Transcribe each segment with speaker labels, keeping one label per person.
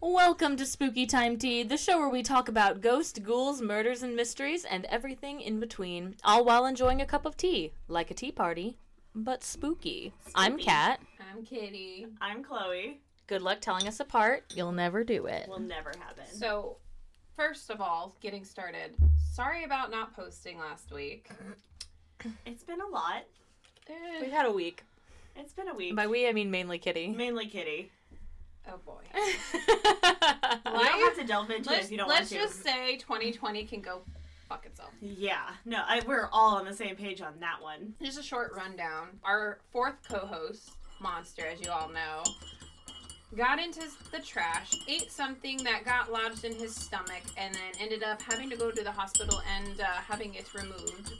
Speaker 1: Welcome to Spooky Time Tea, the show where we talk about ghosts, ghouls, murders, and mysteries, and everything in between, all while enjoying a cup of tea, like a tea party, but spooky. I'm
Speaker 2: Spooky.
Speaker 1: Kat.
Speaker 2: I'm Kitty.
Speaker 3: I'm Chloe.
Speaker 1: Good luck telling us apart. You'll never do it.
Speaker 3: Will never happen.
Speaker 2: So, first of all, getting started. Sorry about not posting last week.
Speaker 3: it's been a lot.
Speaker 1: We've
Speaker 2: Eh,
Speaker 1: had a week.
Speaker 3: It's been a week.
Speaker 1: By we, I mean mainly Kitty.
Speaker 3: Mainly Kitty.
Speaker 2: oh boy.
Speaker 3: We don't
Speaker 2: Life-
Speaker 3: have to delve into it
Speaker 2: Let's,
Speaker 3: Eh, if you don't
Speaker 2: let's
Speaker 3: want to.
Speaker 2: just say 2020 can go fuck itself.
Speaker 3: Yeah. No, I, we're all on the same page on that one.
Speaker 2: Here's a short rundown. Our fourth co host, Monster, as you all know, got into the trash, ate something that got lodged in his stomach, and then ended up having to go to the hospital and uh, having it removed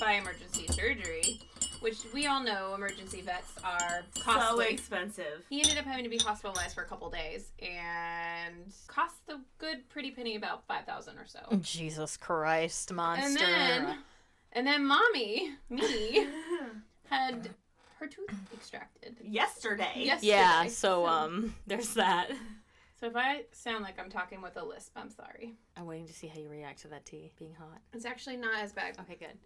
Speaker 2: by emergency surgery, which we all know emergency vets are
Speaker 3: So
Speaker 2: costly.
Speaker 3: expensive.
Speaker 2: he ended up having to be hospitalized for a couple days and cost the good pretty penny about 5000 or so.
Speaker 1: Jesus Christ, monster.
Speaker 2: And then and then mommy, me, had her tooth extracted.
Speaker 3: Yesterday.
Speaker 2: Yes.
Speaker 1: yeah,
Speaker 2: yesterday,
Speaker 1: so
Speaker 2: so-
Speaker 1: um there's that.
Speaker 2: So if I sound like I'm talking with a lisp, I'm sorry.
Speaker 1: I'm waiting to see how you react to that tea being hot.
Speaker 2: It's actually not as bad.
Speaker 1: Okay, good.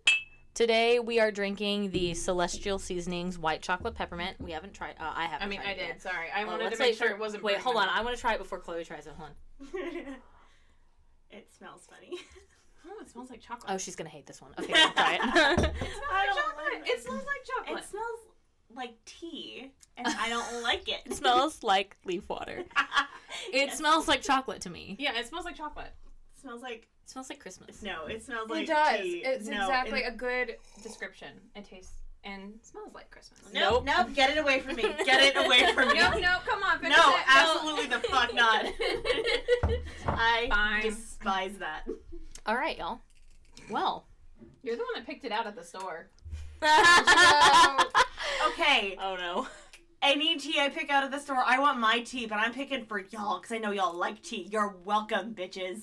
Speaker 1: Today we are drinking the Celestial Seasonings white chocolate peppermint. We haven't tried. Uh, I haven't.
Speaker 2: I mean,
Speaker 1: tried
Speaker 2: I
Speaker 1: it yet.
Speaker 2: did. Sorry, I
Speaker 1: Well,
Speaker 2: wanted to
Speaker 1: let's
Speaker 2: make
Speaker 1: wait
Speaker 2: sure
Speaker 1: for-
Speaker 2: it wasn't.
Speaker 1: Wait,
Speaker 2: burning.
Speaker 1: hold on. I want to try it before Chloe tries it. Hold on.
Speaker 3: it smells funny.
Speaker 2: Oh, it smells like chocolate.
Speaker 1: Oh, she's gonna hate this one. Okay, we'll try it.
Speaker 2: it smells
Speaker 3: I
Speaker 2: like
Speaker 3: don't
Speaker 2: chocolate.
Speaker 3: like
Speaker 2: It
Speaker 3: it.
Speaker 2: smells like chocolate.
Speaker 3: It smells like tea, and I don't like it.
Speaker 1: it smells like leaf water. It
Speaker 3: Yes.
Speaker 1: smells like chocolate to me.
Speaker 2: yeah, it smells like chocolate.
Speaker 3: smells like
Speaker 1: It smells like Christmas.
Speaker 3: no. It smells like
Speaker 2: it does.
Speaker 3: tea.
Speaker 2: It's
Speaker 3: No,
Speaker 2: exactly
Speaker 3: it-
Speaker 2: a good description. It tastes and smells like Christmas.
Speaker 3: nope, nope. Get it away from me. Get it away from me.
Speaker 2: no, no, come on. fix
Speaker 3: No,
Speaker 2: it.
Speaker 3: absolutely the fuck not. I
Speaker 2: Fine.
Speaker 3: despise that.
Speaker 1: All right, y'all. Well.
Speaker 2: You're the one that picked it out at the store.
Speaker 1: oh
Speaker 3: Okay,
Speaker 1: no.
Speaker 3: any tea I pick out of the store, I want my tea, but I'm picking for y'all because I know y'all like tea. You're welcome, bitches.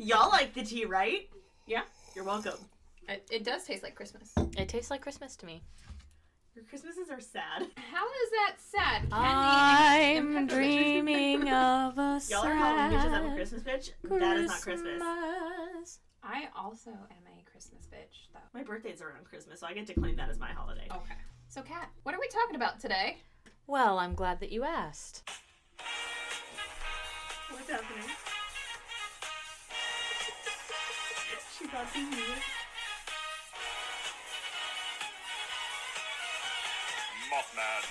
Speaker 3: y'all like the tea, right?
Speaker 2: Yeah.
Speaker 3: You're welcome.
Speaker 2: It, it does taste like Christmas.
Speaker 1: It tastes like Christmas to me.
Speaker 3: Your Christmases are sad.
Speaker 2: How is that sad? Candy
Speaker 1: I'm
Speaker 2: and peppermint.
Speaker 1: dreaming of a
Speaker 3: Y'all are calling bitches I'm a
Speaker 1: sad
Speaker 3: Christmas bitch. That is not Christmas.
Speaker 1: Christmas.
Speaker 2: I also am a Christmas bitch, though.
Speaker 3: My birthday's around Christmas, so I get to claim that as my holiday.
Speaker 2: Okay. So, Kat, what are we talking about today?
Speaker 1: Well, I'm glad that you asked.
Speaker 3: What's happening? She got some music.
Speaker 4: Mothman.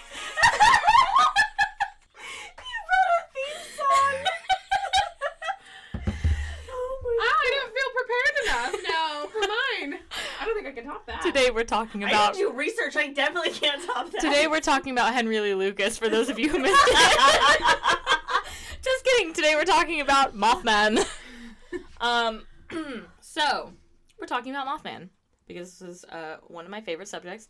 Speaker 3: Oh
Speaker 2: Ah, I don't feel prepared enough now for mine. I don't think I can top that.
Speaker 1: Today we're talking
Speaker 3: I
Speaker 1: about
Speaker 3: did do research. I definitely can't top that.
Speaker 1: Today we're talking about Henry Lee Lucas for those of you who missed it. Just kidding. Today we're talking about Mothman. um so, we're talking about Mothman because this is uh, one of my favorite subjects.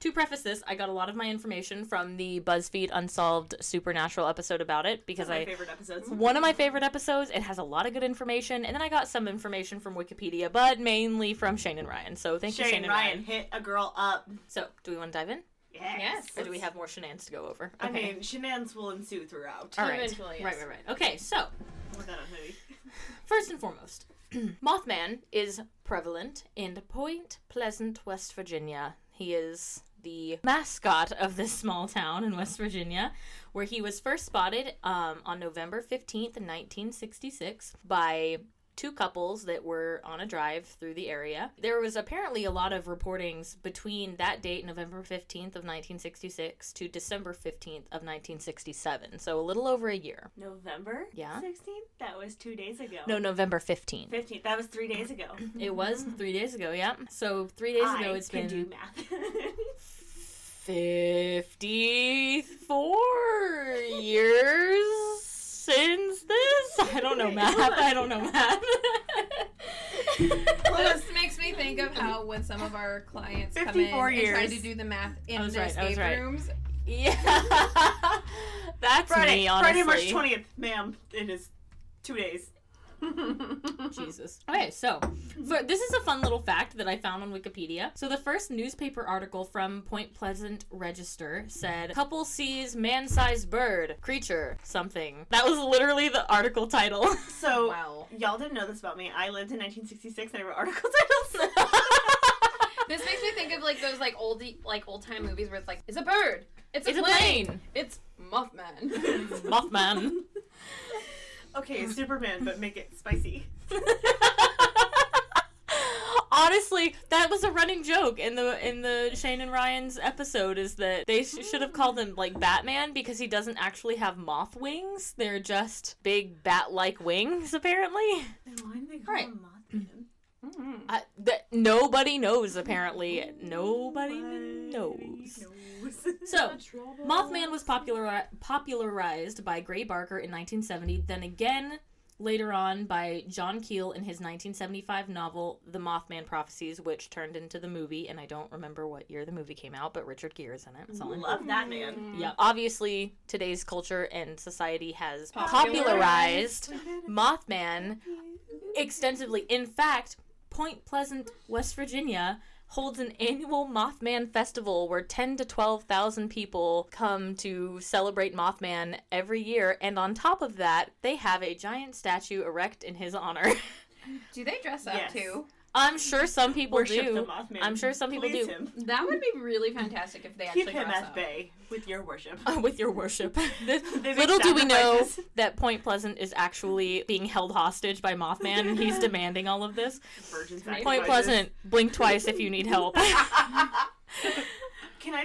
Speaker 1: To preface this, I got a lot of my information from the BuzzFeed Unsolved Supernatural episode about it because
Speaker 3: my
Speaker 1: I
Speaker 3: favorite episodes.
Speaker 1: one of my favorite episodes. It has a lot of good information, and then I got some information from Wikipedia, but mainly from Shane and Ryan. So thank you, Shane and Ryan.
Speaker 3: hit a girl up.
Speaker 1: So, do we want to dive in,
Speaker 3: Yes.
Speaker 2: Yes.
Speaker 1: or do we have more shenanigans to go over?
Speaker 3: I mean, shenanigans will ensue throughout.
Speaker 1: All right.
Speaker 2: Eventually, yes.
Speaker 1: Right, right, right. Okay, so
Speaker 3: Put that on hoodie.
Speaker 1: first and foremost, Mothman is prevalent in Point Pleasant, West Virginia. He is the mascot of this small town in West Virginia, where he was first spotted um, on November 15th, 1966, by two couples that were on a drive through the area. There was apparently a lot of reportings between that date, November 15th of 1966, to December 15th of 1967, so a little over a year.
Speaker 3: November
Speaker 1: Yeah.
Speaker 3: 16th? That was two days ago.
Speaker 1: No, November 15th.
Speaker 3: 15th. That was three days ago.
Speaker 1: It was three days ago, yeah. So three days
Speaker 3: Mm-hmm. I
Speaker 1: ago, it's
Speaker 3: can
Speaker 1: been
Speaker 3: do math.
Speaker 1: 54 years since this. I don't know
Speaker 3: Wait,
Speaker 1: math.
Speaker 3: hold on.
Speaker 1: I don't know math.
Speaker 2: This makes me think of how when some of our clients come in
Speaker 3: 54
Speaker 2: and try
Speaker 3: years.
Speaker 2: to do the math in
Speaker 1: I was
Speaker 2: their
Speaker 1: right, I was
Speaker 2: escape
Speaker 1: right.
Speaker 2: rooms.
Speaker 1: yeah. That's
Speaker 3: Friday,
Speaker 1: me, honestly.
Speaker 3: Friday, March 20th, ma'am. It is two days.
Speaker 1: Jesus. Okay, so for, this is a fun little fact that I found on Wikipedia. So the first newspaper article from Point Pleasant Register said, "Couple sees man-sized bird creature something." That was literally the article title.
Speaker 3: So
Speaker 5: Wow.
Speaker 3: y'all didn't know this about me. I lived in 1966 and I wrote article titles.
Speaker 5: This makes me think of like those like oldie like old time movies where it's like it's a bird, it's a,
Speaker 1: it's a
Speaker 5: plane.
Speaker 1: plane.
Speaker 5: it's Mothman.
Speaker 1: Mothman.
Speaker 3: okay, Superman, but make it spicy.
Speaker 1: Honestly, that was a running joke in the in the Shane and Ryan's episode is that they sh- should have called him like Batman because he doesn't actually have moth wings. They're just big bat-like wings apparently.
Speaker 3: Why do they call
Speaker 5: Right.
Speaker 3: him Mothman?
Speaker 5: Mm.
Speaker 1: I, that nobody knows apparently. Nobody knows. So, Mothman was popular, popularized by Gray Barker in 1970, then again later on by John Keel in his 1975 novel The Mothman Prophecies, which turned into the movie. And I don't remember what year the movie came out, but Richard Gere is in it. That's all I know.
Speaker 3: Love that man.
Speaker 1: Yeah, obviously today's culture and society has popularized
Speaker 5: Popularized.
Speaker 1: Mothman extensively. In fact, Point Pleasant, West Virginia holds an annual Mothman festival where 10 to 12,000 people come to celebrate Mothman every year and on top of that, they have a giant statue erect in his honor.
Speaker 5: Do they dress up
Speaker 3: Yes.
Speaker 5: too?
Speaker 1: I'm sure some people
Speaker 3: Worship the
Speaker 1: do.
Speaker 3: Mothman.
Speaker 1: I'm sure some people
Speaker 3: Please
Speaker 1: do.
Speaker 3: Him.
Speaker 5: That would be really fantastic if they
Speaker 3: Keep
Speaker 5: actually
Speaker 3: him
Speaker 5: dress
Speaker 3: at
Speaker 5: up.
Speaker 3: bay with your worship.
Speaker 1: With your worship. This-
Speaker 3: They make
Speaker 1: Little do we know
Speaker 3: sacrifices.
Speaker 1: that Point Pleasant is actually being held hostage by Mothman and he's demanding all of this.
Speaker 3: Virgin
Speaker 1: Point
Speaker 3: sacrifices.
Speaker 1: Pleasant, blink twice if you need help.
Speaker 3: Can I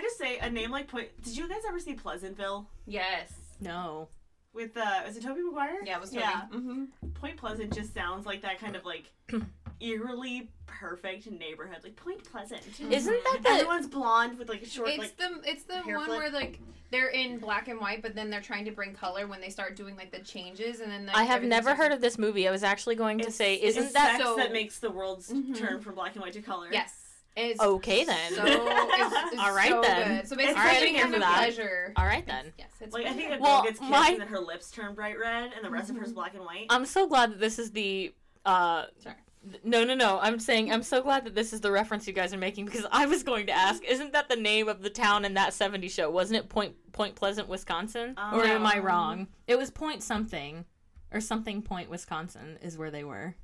Speaker 3: just say a name like Point? Did you guys ever see Pleasantville
Speaker 5: Yes.
Speaker 1: no.
Speaker 3: with uh, is it Toby Maguire?
Speaker 5: Yeah, it was Mm-hmm. Toby.
Speaker 3: hmm Point Pleasant just sounds like that kind of like eerily perfect neighborhood, like Point Pleasant.
Speaker 1: Isn't that the
Speaker 3: Everyone's blonde with like a short
Speaker 5: It's
Speaker 3: like.
Speaker 5: the it's the
Speaker 3: hair
Speaker 5: one
Speaker 3: flip.
Speaker 5: where like they're in black and white, but then they're trying to bring color when they start doing like the changes, and then like,
Speaker 1: I have
Speaker 5: everything
Speaker 1: never
Speaker 5: starts
Speaker 1: heard of this movie. I was actually going to
Speaker 3: it's-
Speaker 1: say, isn't
Speaker 3: it's
Speaker 1: that
Speaker 3: sex
Speaker 5: so-
Speaker 3: that makes the world s-
Speaker 5: Mhm.
Speaker 3: turn from black and white to color?
Speaker 5: to- Yes. It's
Speaker 1: okay then?
Speaker 5: So, it's, it's
Speaker 1: All right
Speaker 5: so
Speaker 1: then.
Speaker 5: Good. So basically,
Speaker 1: All right,
Speaker 5: any
Speaker 1: I'm here
Speaker 5: kind
Speaker 1: for
Speaker 5: of
Speaker 1: that.
Speaker 5: pleasure.
Speaker 1: All right then.
Speaker 5: Yes, it's
Speaker 3: Like I think a girl
Speaker 1: Well,
Speaker 3: gets kissed
Speaker 1: my-
Speaker 3: and then her lips turn bright red, and the rest of her's black and white.
Speaker 1: I'm so glad that this is the. Uh,
Speaker 5: Sorry.
Speaker 1: th- no, no, no. I'm saying I'm so glad that this is the reference you guys are making because I was going to ask, isn't that the name of the town in that '70s show? Wasn't it Point Point Pleasant, Wisconsin?
Speaker 3: Um,
Speaker 1: or am I
Speaker 3: no.
Speaker 1: wrong? It was Point something, or something Point Wisconsin is where they were.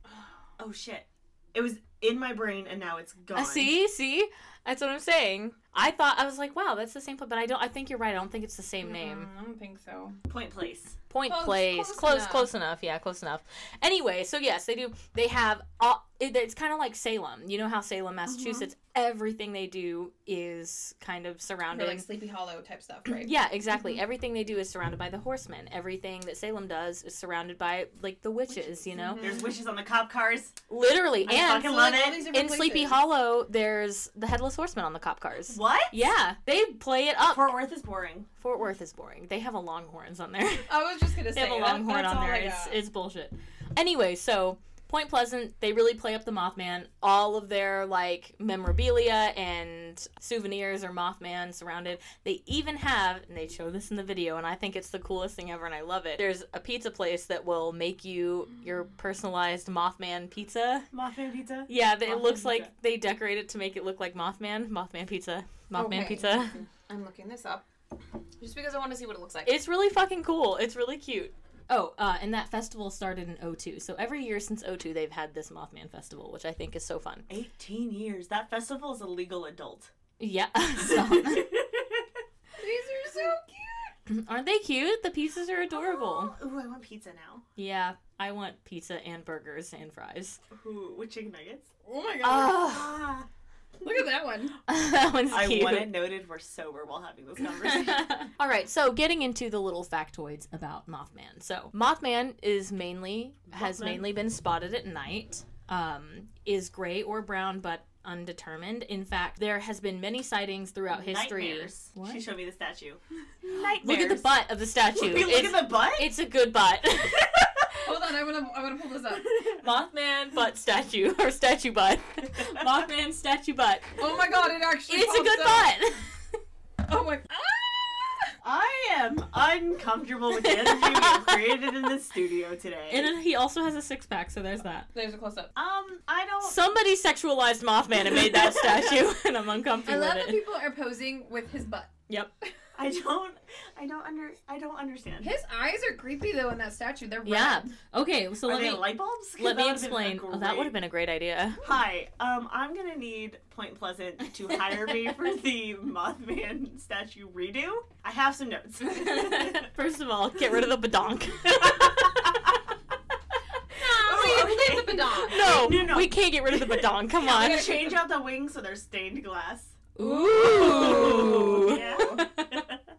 Speaker 3: oh shit! It was in my brain, and now it's gone.
Speaker 1: Uh, see, see, that's what I'm saying. I thought I was like, wow, that's the same place, but I don't. I think you're right. I don't think it's the same
Speaker 2: Mm-hmm.
Speaker 1: name.
Speaker 5: Mm, I don't think so.
Speaker 3: Point Place.
Speaker 1: Point
Speaker 5: Close-
Speaker 1: Place,
Speaker 5: close
Speaker 1: close, close
Speaker 5: enough.
Speaker 1: enough. Yeah, close enough. Anyway, so yes, they do. They have. Uh, it, it's kind of like Salem. You know how Salem, Massachusetts, everything they do is kind of
Speaker 5: Or
Speaker 1: surrounded.
Speaker 5: like Sleepy Hollow type stuff, right?
Speaker 1: yeah, exactly. Everything they do is surrounded by the horsemen. Everything that Salem does is surrounded by like the witches. You know,
Speaker 3: There's wishes on the cop cars.
Speaker 1: literally. and
Speaker 3: I mm-hmm. fucking
Speaker 5: like,
Speaker 3: love
Speaker 5: all
Speaker 3: it.
Speaker 5: these different
Speaker 1: in Sleepy
Speaker 5: places.
Speaker 1: Hollow, there's the headless horseman on the cop cars.
Speaker 3: What?
Speaker 1: Yeah, they play it up.
Speaker 3: Fort Worth is boring.
Speaker 1: Fort Worth is boring. They have a Longhorns on there.
Speaker 5: I was just gonna say
Speaker 1: they have a
Speaker 5: that-
Speaker 1: Longhorn
Speaker 5: that's
Speaker 1: on
Speaker 5: all
Speaker 1: there.
Speaker 5: I
Speaker 1: It's
Speaker 5: got.
Speaker 1: it's bullshit. Anyway, so Point Pleasant, they really play up the Mothman. All of their like memorabilia and souvenirs are Mothman surrounded. They even have, and they show this in the video, and I think it's the coolest thing ever, and I love it. There's a pizza place that will make you your personalized Mothman pizza.
Speaker 3: Mothman pizza.
Speaker 1: Yeah, that it
Speaker 3: Mothman
Speaker 1: looks like
Speaker 3: pizza.
Speaker 1: they decorate it to make it look like Mothman. Mothman pizza. Mothman
Speaker 5: Okay.
Speaker 1: pizza.
Speaker 5: I'm looking this up just because I want to see what it looks like.
Speaker 1: It's really fucking cool. It's really cute. Oh, uh, and that festival started in 02. So every year since 02, they've had this Mothman festival, which I think is so fun.
Speaker 3: 18 years. That festival is a legal adult.
Speaker 1: Yeah. So-
Speaker 5: These are so cute.
Speaker 1: aren't they cute? The pieces are adorable.
Speaker 3: Ooh, I want pizza now.
Speaker 1: Yeah, I want pizza and burgers and fries.
Speaker 3: Ooh, with chicken nuggets.
Speaker 5: Oh my
Speaker 1: Oh,
Speaker 3: Ah,
Speaker 5: Look at that one.
Speaker 1: that one's
Speaker 3: I
Speaker 1: cute.
Speaker 3: want it noted we're sober while having this conversation.
Speaker 1: All right, so getting into the little factoids about Mothman. So Mothman is mainly has
Speaker 3: Mothman.
Speaker 1: mainly been spotted at night. Um, is gray or brown, but undetermined. In fact, there has been many sightings throughout history.
Speaker 3: Nightmares.
Speaker 1: What?
Speaker 3: She showed me the statue. Nightmares.
Speaker 1: Look at the butt of the statue.
Speaker 3: Look,
Speaker 1: it's,
Speaker 3: at the butt.
Speaker 1: it's a good butt.
Speaker 5: Hold on, I wanna I wanna pull this up.
Speaker 1: Mothman butt statue or statue butt. Mothman statue butt.
Speaker 5: Oh my god, it actually.
Speaker 1: It's a
Speaker 5: pops
Speaker 1: good
Speaker 5: up.
Speaker 1: butt.
Speaker 5: Oh my. Ah!
Speaker 3: I am uncomfortable with the energy we have created in this studio today.
Speaker 1: And then he also has a six pack, so there's that.
Speaker 5: There's a close up.
Speaker 3: um, I don't.
Speaker 1: Oh. Somebody sexualized Mothman and made that statue, and I'm
Speaker 5: I
Speaker 1: uncomfortable
Speaker 5: love
Speaker 1: with
Speaker 5: that
Speaker 1: it.
Speaker 5: people are posing with his butt.
Speaker 1: Yep.
Speaker 3: I don't. I don't under. I don't understand.
Speaker 5: His eyes are creepy though in that statue. They're red.
Speaker 1: Yeah. Okay, so
Speaker 3: Are
Speaker 1: let
Speaker 3: they
Speaker 1: me
Speaker 3: light bulbs? 'Cause
Speaker 1: let me
Speaker 3: that would've been a
Speaker 1: explain. Oh, that
Speaker 3: great-
Speaker 1: would have been a great idea.
Speaker 3: Hi, um, I'm gonna need Point Pleasant to hire me for the Mothman statue redo. I have some notes.
Speaker 1: First of all, get rid of the badonk.
Speaker 5: No, we
Speaker 3: Oh, okay.
Speaker 5: leave the badon.
Speaker 1: no,
Speaker 3: No, no.
Speaker 1: we can't get rid of the badonk. Come
Speaker 3: I'm
Speaker 1: on.
Speaker 3: gonna change out the wings so they're stained glass.
Speaker 1: Ooh.
Speaker 3: Yeah.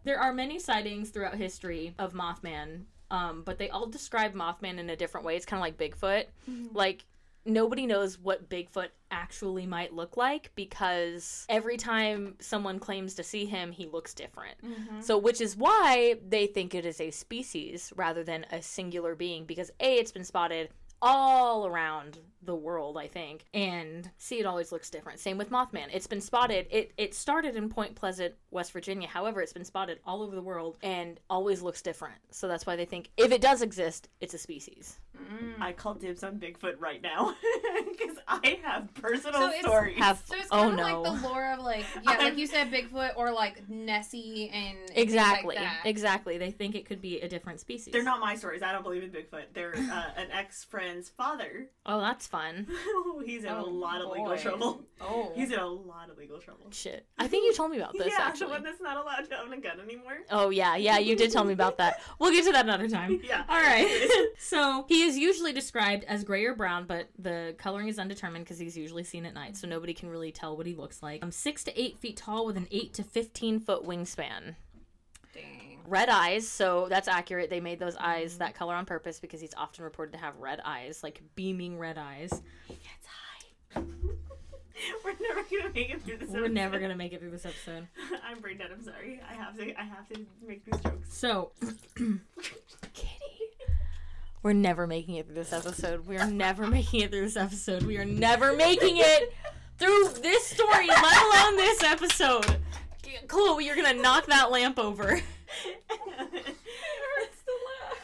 Speaker 1: There are many sightings throughout history of Mothman, um, but they all describe Mothman in a different way. It's kind of like Bigfoot. Like, nobody knows what Bigfoot actually might look like because every time someone claims to see him, he looks different. So, which is why they think it is a species rather than a singular being because A, it's been spotted all around the world, I think, and C, it always looks different. Same with Mothman. It's been spotted, it, it started in Point Pleasant, West Virginia. However, it's been spotted all over the world and always looks different. So that's why they think if it does exist, it's a species.
Speaker 5: Mm.
Speaker 3: I call dibs on Bigfoot right now because I have personal
Speaker 5: So it's-
Speaker 3: stories.
Speaker 1: Have,
Speaker 5: So it's
Speaker 1: oh
Speaker 5: kind of
Speaker 1: no.
Speaker 5: like the lore of like yeah, like
Speaker 3: I'm-
Speaker 5: you said, Bigfoot or like Nessie and things like
Speaker 1: exactly.
Speaker 5: that.
Speaker 1: exactly. They think it could be a different species.
Speaker 3: They're not my stories. I don't believe in Bigfoot. They're uh, an ex friend's father.
Speaker 1: Oh, that's fun.
Speaker 3: He's in a
Speaker 5: Oh,
Speaker 3: lot of legal
Speaker 5: boy.
Speaker 3: trouble.
Speaker 5: Oh,
Speaker 3: He's in a lot of legal trouble.
Speaker 1: Shit. I think you told me about this
Speaker 3: yeah,
Speaker 1: actually.
Speaker 3: the one that's not allowed to own a gun anymore.
Speaker 1: Oh yeah, yeah, you did tell me about that. We'll get to that another time.
Speaker 3: Yeah.
Speaker 1: All right. so he is usually described as gray or brown, but the coloring is undetermined because he's usually seen at night, so nobody can really tell what he looks like. Um, six to eight feet tall with an eight to fifteen foot wingspan.
Speaker 5: dang.
Speaker 1: Red eyes, so that's accurate. They made those eyes that color on purpose because he's often reported to have red eyes, like beaming red eyes.
Speaker 3: That's high. We're never gonna make it through this.
Speaker 1: We're never gonna make it through this episode.
Speaker 3: gonna. I'm brain dead. I'm sorry. I have to. I have to make these jokes.
Speaker 1: So, Kitty, we're never making it through this episode. We are never making it through this episode. We are never making it through this story, let alone this episode. Chloe, you're gonna knock that lamp over.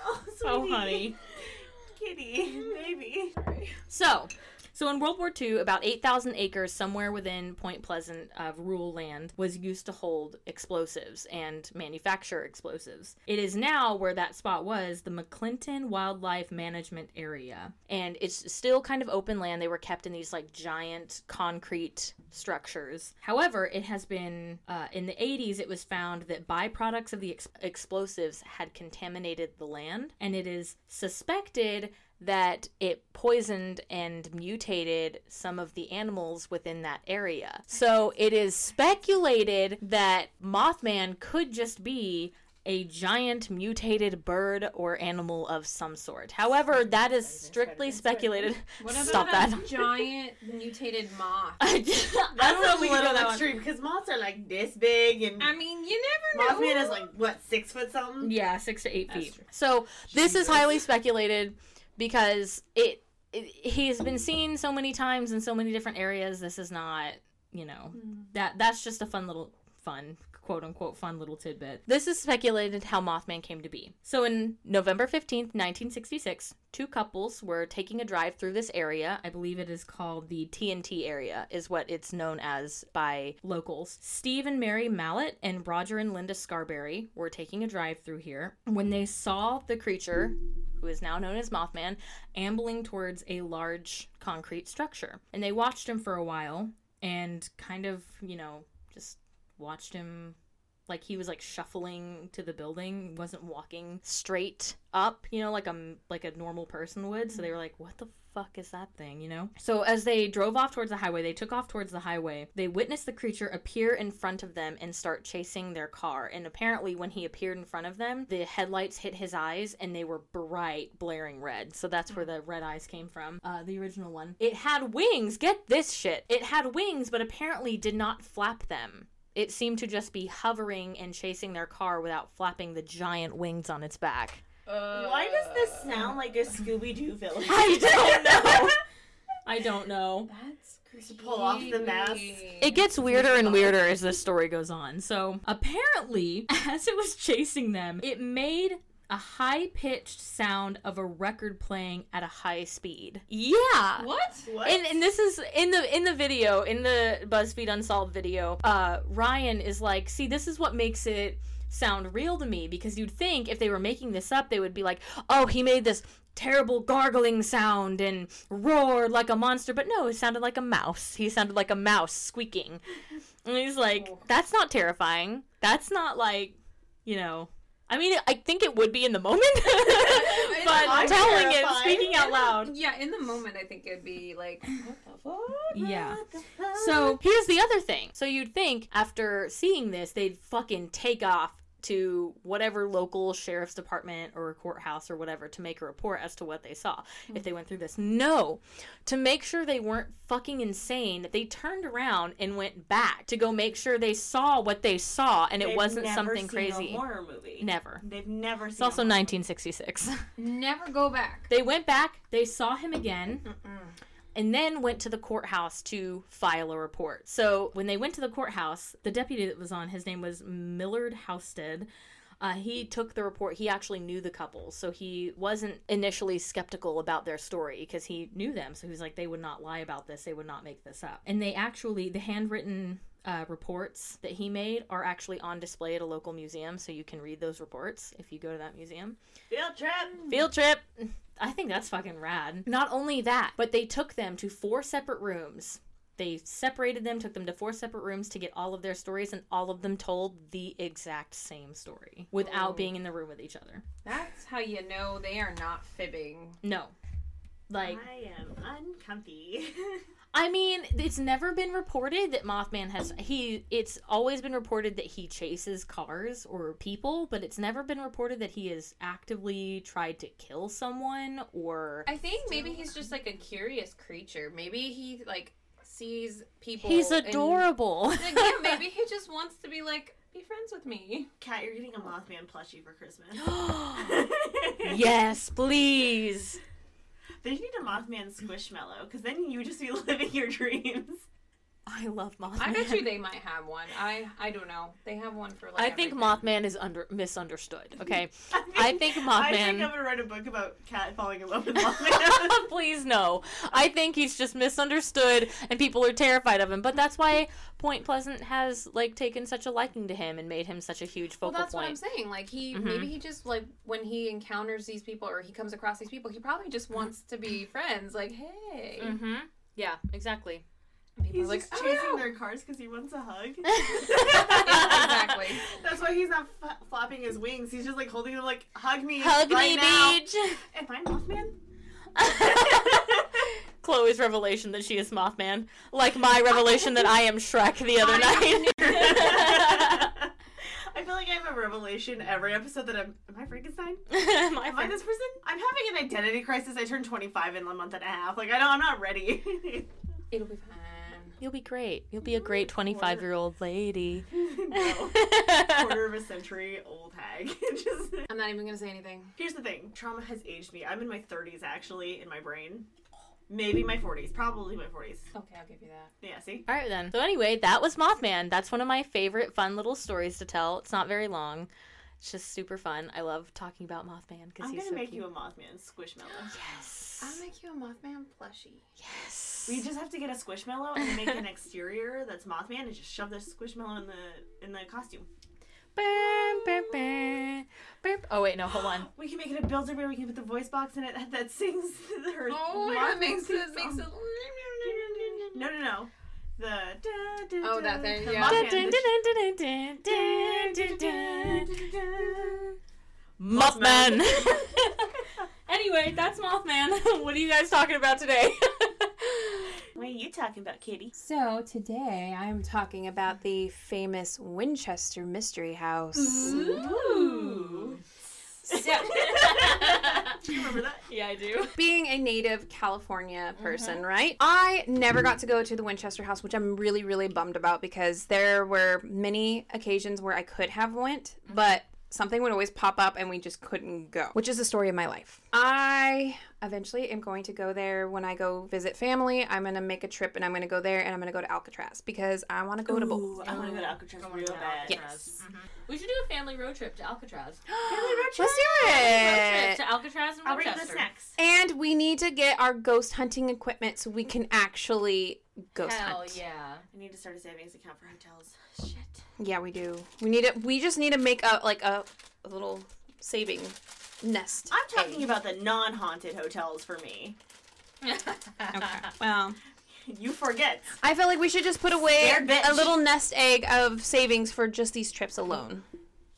Speaker 1: Oh,
Speaker 3: sweetie.
Speaker 1: honey. Mm-hmm.
Speaker 3: Kitty, baby.
Speaker 1: So, so in World War II, about 8,000 acres somewhere within Point Pleasant of rural land was used to hold explosives and manufacture explosives. It is now where that spot was the McClinton Wildlife Management Area, and it's still kind of open land. They were kept in these like giant concrete structures. However, it has been uh, in the 80s. It was found that byproducts of the ex- explosives had contaminated the land, and it is suspected that it poisoned and mutated some of the animals within that area. So it is speculated that Mothman could just be a giant mutated bird or animal of some sort. However, that is strictly speculated.
Speaker 5: What about
Speaker 1: Stop
Speaker 5: a
Speaker 1: that.
Speaker 5: giant mutated moth?
Speaker 1: I just-
Speaker 3: That's
Speaker 1: I don't know if
Speaker 3: a
Speaker 1: we can go
Speaker 3: little
Speaker 1: that one.
Speaker 3: extreme because moths are like this big, and
Speaker 5: I mean, you never know.
Speaker 3: Mothman is like what six foot something.
Speaker 1: Yeah, six to eight
Speaker 5: That's
Speaker 1: feet.
Speaker 5: true.
Speaker 1: So this is
Speaker 3: Jesus.
Speaker 1: highly speculated because it, it he has been seen so many times in so many different areas. This is not, you know, that that's just a fun little fun quote unquote fun little tidbit. This is speculated how Mothman came to be. So in November 15th, 1966, two couples were taking a drive through this area. I believe it is called the TNT area is what it's known as by locals. Steve and Mary Mallet and Roger and Linda Scarberry were taking a drive through here when they saw the creature who is now known as Mothman, ambling towards a large concrete structure. And they watched him for a while and kind of, you know, just watched him like he was like shuffling to the building, wasn't walking straight up, you know, like a like a normal person would. So they were like, "What the fuck is that thing?" you know. So as they drove off towards the highway, they took off towards the highway. They witnessed the creature appear in front of them and start chasing their car. And apparently when he appeared in front of them, the headlights hit his eyes and they were bright blaring red. So that's where the red eyes came from. Uh, the original one. It had wings. Get this shit. It had wings but apparently did not flap them. It seemed to just be hovering and chasing their car without flapping the giant wings on its back.
Speaker 5: Uh,
Speaker 3: Why does this sound like a Scooby Doo villain?
Speaker 1: I don't know. I don't know.
Speaker 5: That's
Speaker 3: To pull off the mask.
Speaker 1: It gets weirder and weirder as this story goes on. So, apparently, as it was chasing them, it made a high pitched sound of a record playing at a high speed. Yeah.
Speaker 2: What?
Speaker 3: What?
Speaker 1: And, and this is in the in the video in the BuzzFeed Unsolved video. Uh, Ryan is like, see, this is what makes it sound real to me because you'd think if they were making this up, they would be like, oh, he made this terrible gargling sound and roared like a monster, but no, it sounded like a mouse. He sounded like a mouse squeaking, and he's like,
Speaker 2: Oh.
Speaker 1: that's not terrifying. That's not like, you know. I mean, I think it would be in the moment, but
Speaker 3: I'm
Speaker 1: telling it,
Speaker 3: terrified.
Speaker 1: speaking out loud.
Speaker 2: Yeah, in the moment, I think it'd be like, what the fuck?
Speaker 1: Yeah.
Speaker 3: What the fuck?
Speaker 1: So here's the other thing. So you'd think after seeing this, they'd fucking take off to whatever local sheriff's department or courthouse or whatever to make a report as to what they saw
Speaker 3: Hmm.
Speaker 1: if they went through this. No. To make sure they weren't fucking insane, they turned around and went back to go make sure they saw what they saw and it
Speaker 3: They've
Speaker 1: wasn't
Speaker 3: never
Speaker 1: something
Speaker 3: seen A
Speaker 1: crazy.
Speaker 3: horror movie.
Speaker 1: Never.
Speaker 3: They've never seen.
Speaker 1: It's also
Speaker 3: a horror
Speaker 1: 1966.
Speaker 2: Never go back.
Speaker 1: they went back, they saw him again.
Speaker 2: Mm-mm.
Speaker 1: and then went to the courthouse to file a report. So when they went to the courthouse, the deputy that was on, his name was Millard Housted. Uh, he took the report. He actually knew the couple, so he wasn't initially skeptical about their story because he knew them. So he was like, they would not lie about this. They would not make this up. And they actually, the handwritten uh, reports that he made are actually on display at a local museum, so you can read those reports if you go to that museum.
Speaker 3: Field trip.
Speaker 1: Field trip. I think that's fucking rad. Not only that, but they took them to four separate rooms. They separated them, took them to four separate rooms to get all of their stories, and all of them told the exact same story without
Speaker 2: Oh.
Speaker 1: being in the room with each other.
Speaker 2: That's how you know they are not fibbing.
Speaker 1: No. Like,
Speaker 3: I am uncomfy.
Speaker 1: I mean, it's never been reported that Mothman has he it's always been reported that he chases cars or people, but it's never been reported that he has actively tried to kill someone or
Speaker 2: I think maybe he's just like a curious creature. Maybe he like sees people.
Speaker 1: He's
Speaker 2: and-
Speaker 1: adorable.
Speaker 2: Like, yeah, maybe he just wants to be like, be friends with me.
Speaker 3: Kat, you're getting a Mothman plushie for Christmas.
Speaker 1: yes, please.
Speaker 3: They need a Mothman squishmallow, because then you just be living your dreams.
Speaker 1: I love Mothman.
Speaker 2: I bet you they might have one. I I don't know. They have one for like.
Speaker 1: I think
Speaker 2: everything.
Speaker 1: Mothman is under misunderstood. Okay, I think
Speaker 3: I think
Speaker 1: Mothman-
Speaker 3: I'm gonna write a book about Cat falling in love with Mothman.
Speaker 1: please no. I think he's just misunderstood, and people are terrified of him. But that's why Point Pleasant has like taken such a liking to him and made him such a huge
Speaker 2: Well,
Speaker 1: focal
Speaker 2: that's what I'm
Speaker 1: point.
Speaker 2: saying. Like he
Speaker 1: Mhm.
Speaker 2: maybe he just like when he encounters these people or he comes across these people, he probably just wants to be friends. Like hey,
Speaker 1: Mm-hmm. Yeah, exactly.
Speaker 2: And people
Speaker 3: He's
Speaker 2: are like
Speaker 3: just chasing
Speaker 2: oh, no."
Speaker 3: their cars because he wants a hug.
Speaker 2: Yeah, exactly.
Speaker 3: That's why he's not f- flopping his wings. He's just like holding them, like hug me,
Speaker 1: Hug
Speaker 3: right
Speaker 1: me,
Speaker 3: now.
Speaker 1: beach.
Speaker 3: Am I Mothman?
Speaker 1: Chloe's revelation that she is Mothman, like my revelation that I am Shrek the other night.
Speaker 3: I feel like I have a revelation every episode that I'm. Am I Frankenstein?
Speaker 1: my
Speaker 3: Am I
Speaker 1: friend-
Speaker 3: this person? I'm having an identity crisis. I turned 25 in a month and a half. Like I don't. I'm not ready.
Speaker 2: It'll be fine.
Speaker 1: You'll be great. You'll be a great 25 year old lady.
Speaker 3: no. Quarter of a century old hag. just
Speaker 2: I'm not even gonna say anything.
Speaker 3: here's the thing. Trauma has aged me. I'm in my 30s actually in my brain. Maybe my 40s. Probably my 40s.
Speaker 2: Okay, I'll give you that.
Speaker 3: Yeah. See.
Speaker 1: All right, then. So, anyway, that was Mothman. That's one of my favorite fun little stories to tell. It's not very long, it's just super fun. I love talking about Mothman because
Speaker 3: I'm
Speaker 1: he's
Speaker 3: gonna
Speaker 1: so
Speaker 3: make
Speaker 1: cute.
Speaker 3: you a Mothman squishmallow.
Speaker 1: yes.
Speaker 2: I'll make you a Mothman plushie.
Speaker 1: yes.
Speaker 3: We just have to get a squishmallow and make an exterior that's Mothman and just shove the squishmallow in the in the costume.
Speaker 1: Burn, burn, burn, burn. Oh, wait, no, hold on.
Speaker 3: We can make it a builder where we can put the voice box in it that, that sings her.
Speaker 2: Oh, my God,
Speaker 3: Mothman
Speaker 2: makes
Speaker 3: theme
Speaker 2: it makes
Speaker 3: song.
Speaker 2: it.
Speaker 3: No, no, no. The da, da, da,
Speaker 2: Oh, that thing,
Speaker 3: the
Speaker 2: yeah.
Speaker 3: Mothman, the sh-
Speaker 1: Mothman. anyway, that's Mothman. what are you guys talking about today?
Speaker 3: What are you talking about, kitty?
Speaker 2: So today I am talking about the famous Winchester Mystery House.
Speaker 3: Ooh. you remember that?
Speaker 1: yeah, I do.
Speaker 2: being a native California person, right? I never got to go to the Winchester House, which I'm really really bummed about because there were many occasions where I could have went, but something would always pop up and we just couldn't go, which is the story of my life. I eventually am going to go there when I go visit family. I'm going to make a trip and I'm going to go there and I'm going to go to Alcatraz because I want to go to both.
Speaker 3: Ooh, I want to go to Alcatraz real bad.
Speaker 1: Yes. We should do a family road trip to Alcatraz.
Speaker 2: Let's do
Speaker 1: Road trip
Speaker 2: it.
Speaker 1: to Alcatraz and
Speaker 3: I'll bring the
Speaker 1: Winchester.
Speaker 3: snacks.
Speaker 2: And we need to get our ghost hunting equipment so we can actually ghost
Speaker 1: Hell
Speaker 2: hunt.
Speaker 1: yeah.
Speaker 3: I need to start a savings account for hotels. Shit.
Speaker 2: Yeah, we do. We need it. We just need to make a like a, a little saving nest.
Speaker 3: I'm talking about the non haunted hotels for me.
Speaker 2: Well,
Speaker 3: You forget.
Speaker 2: I feel like we should just put away
Speaker 3: Scared bitch.
Speaker 2: a little nest egg of savings for just these trips alone.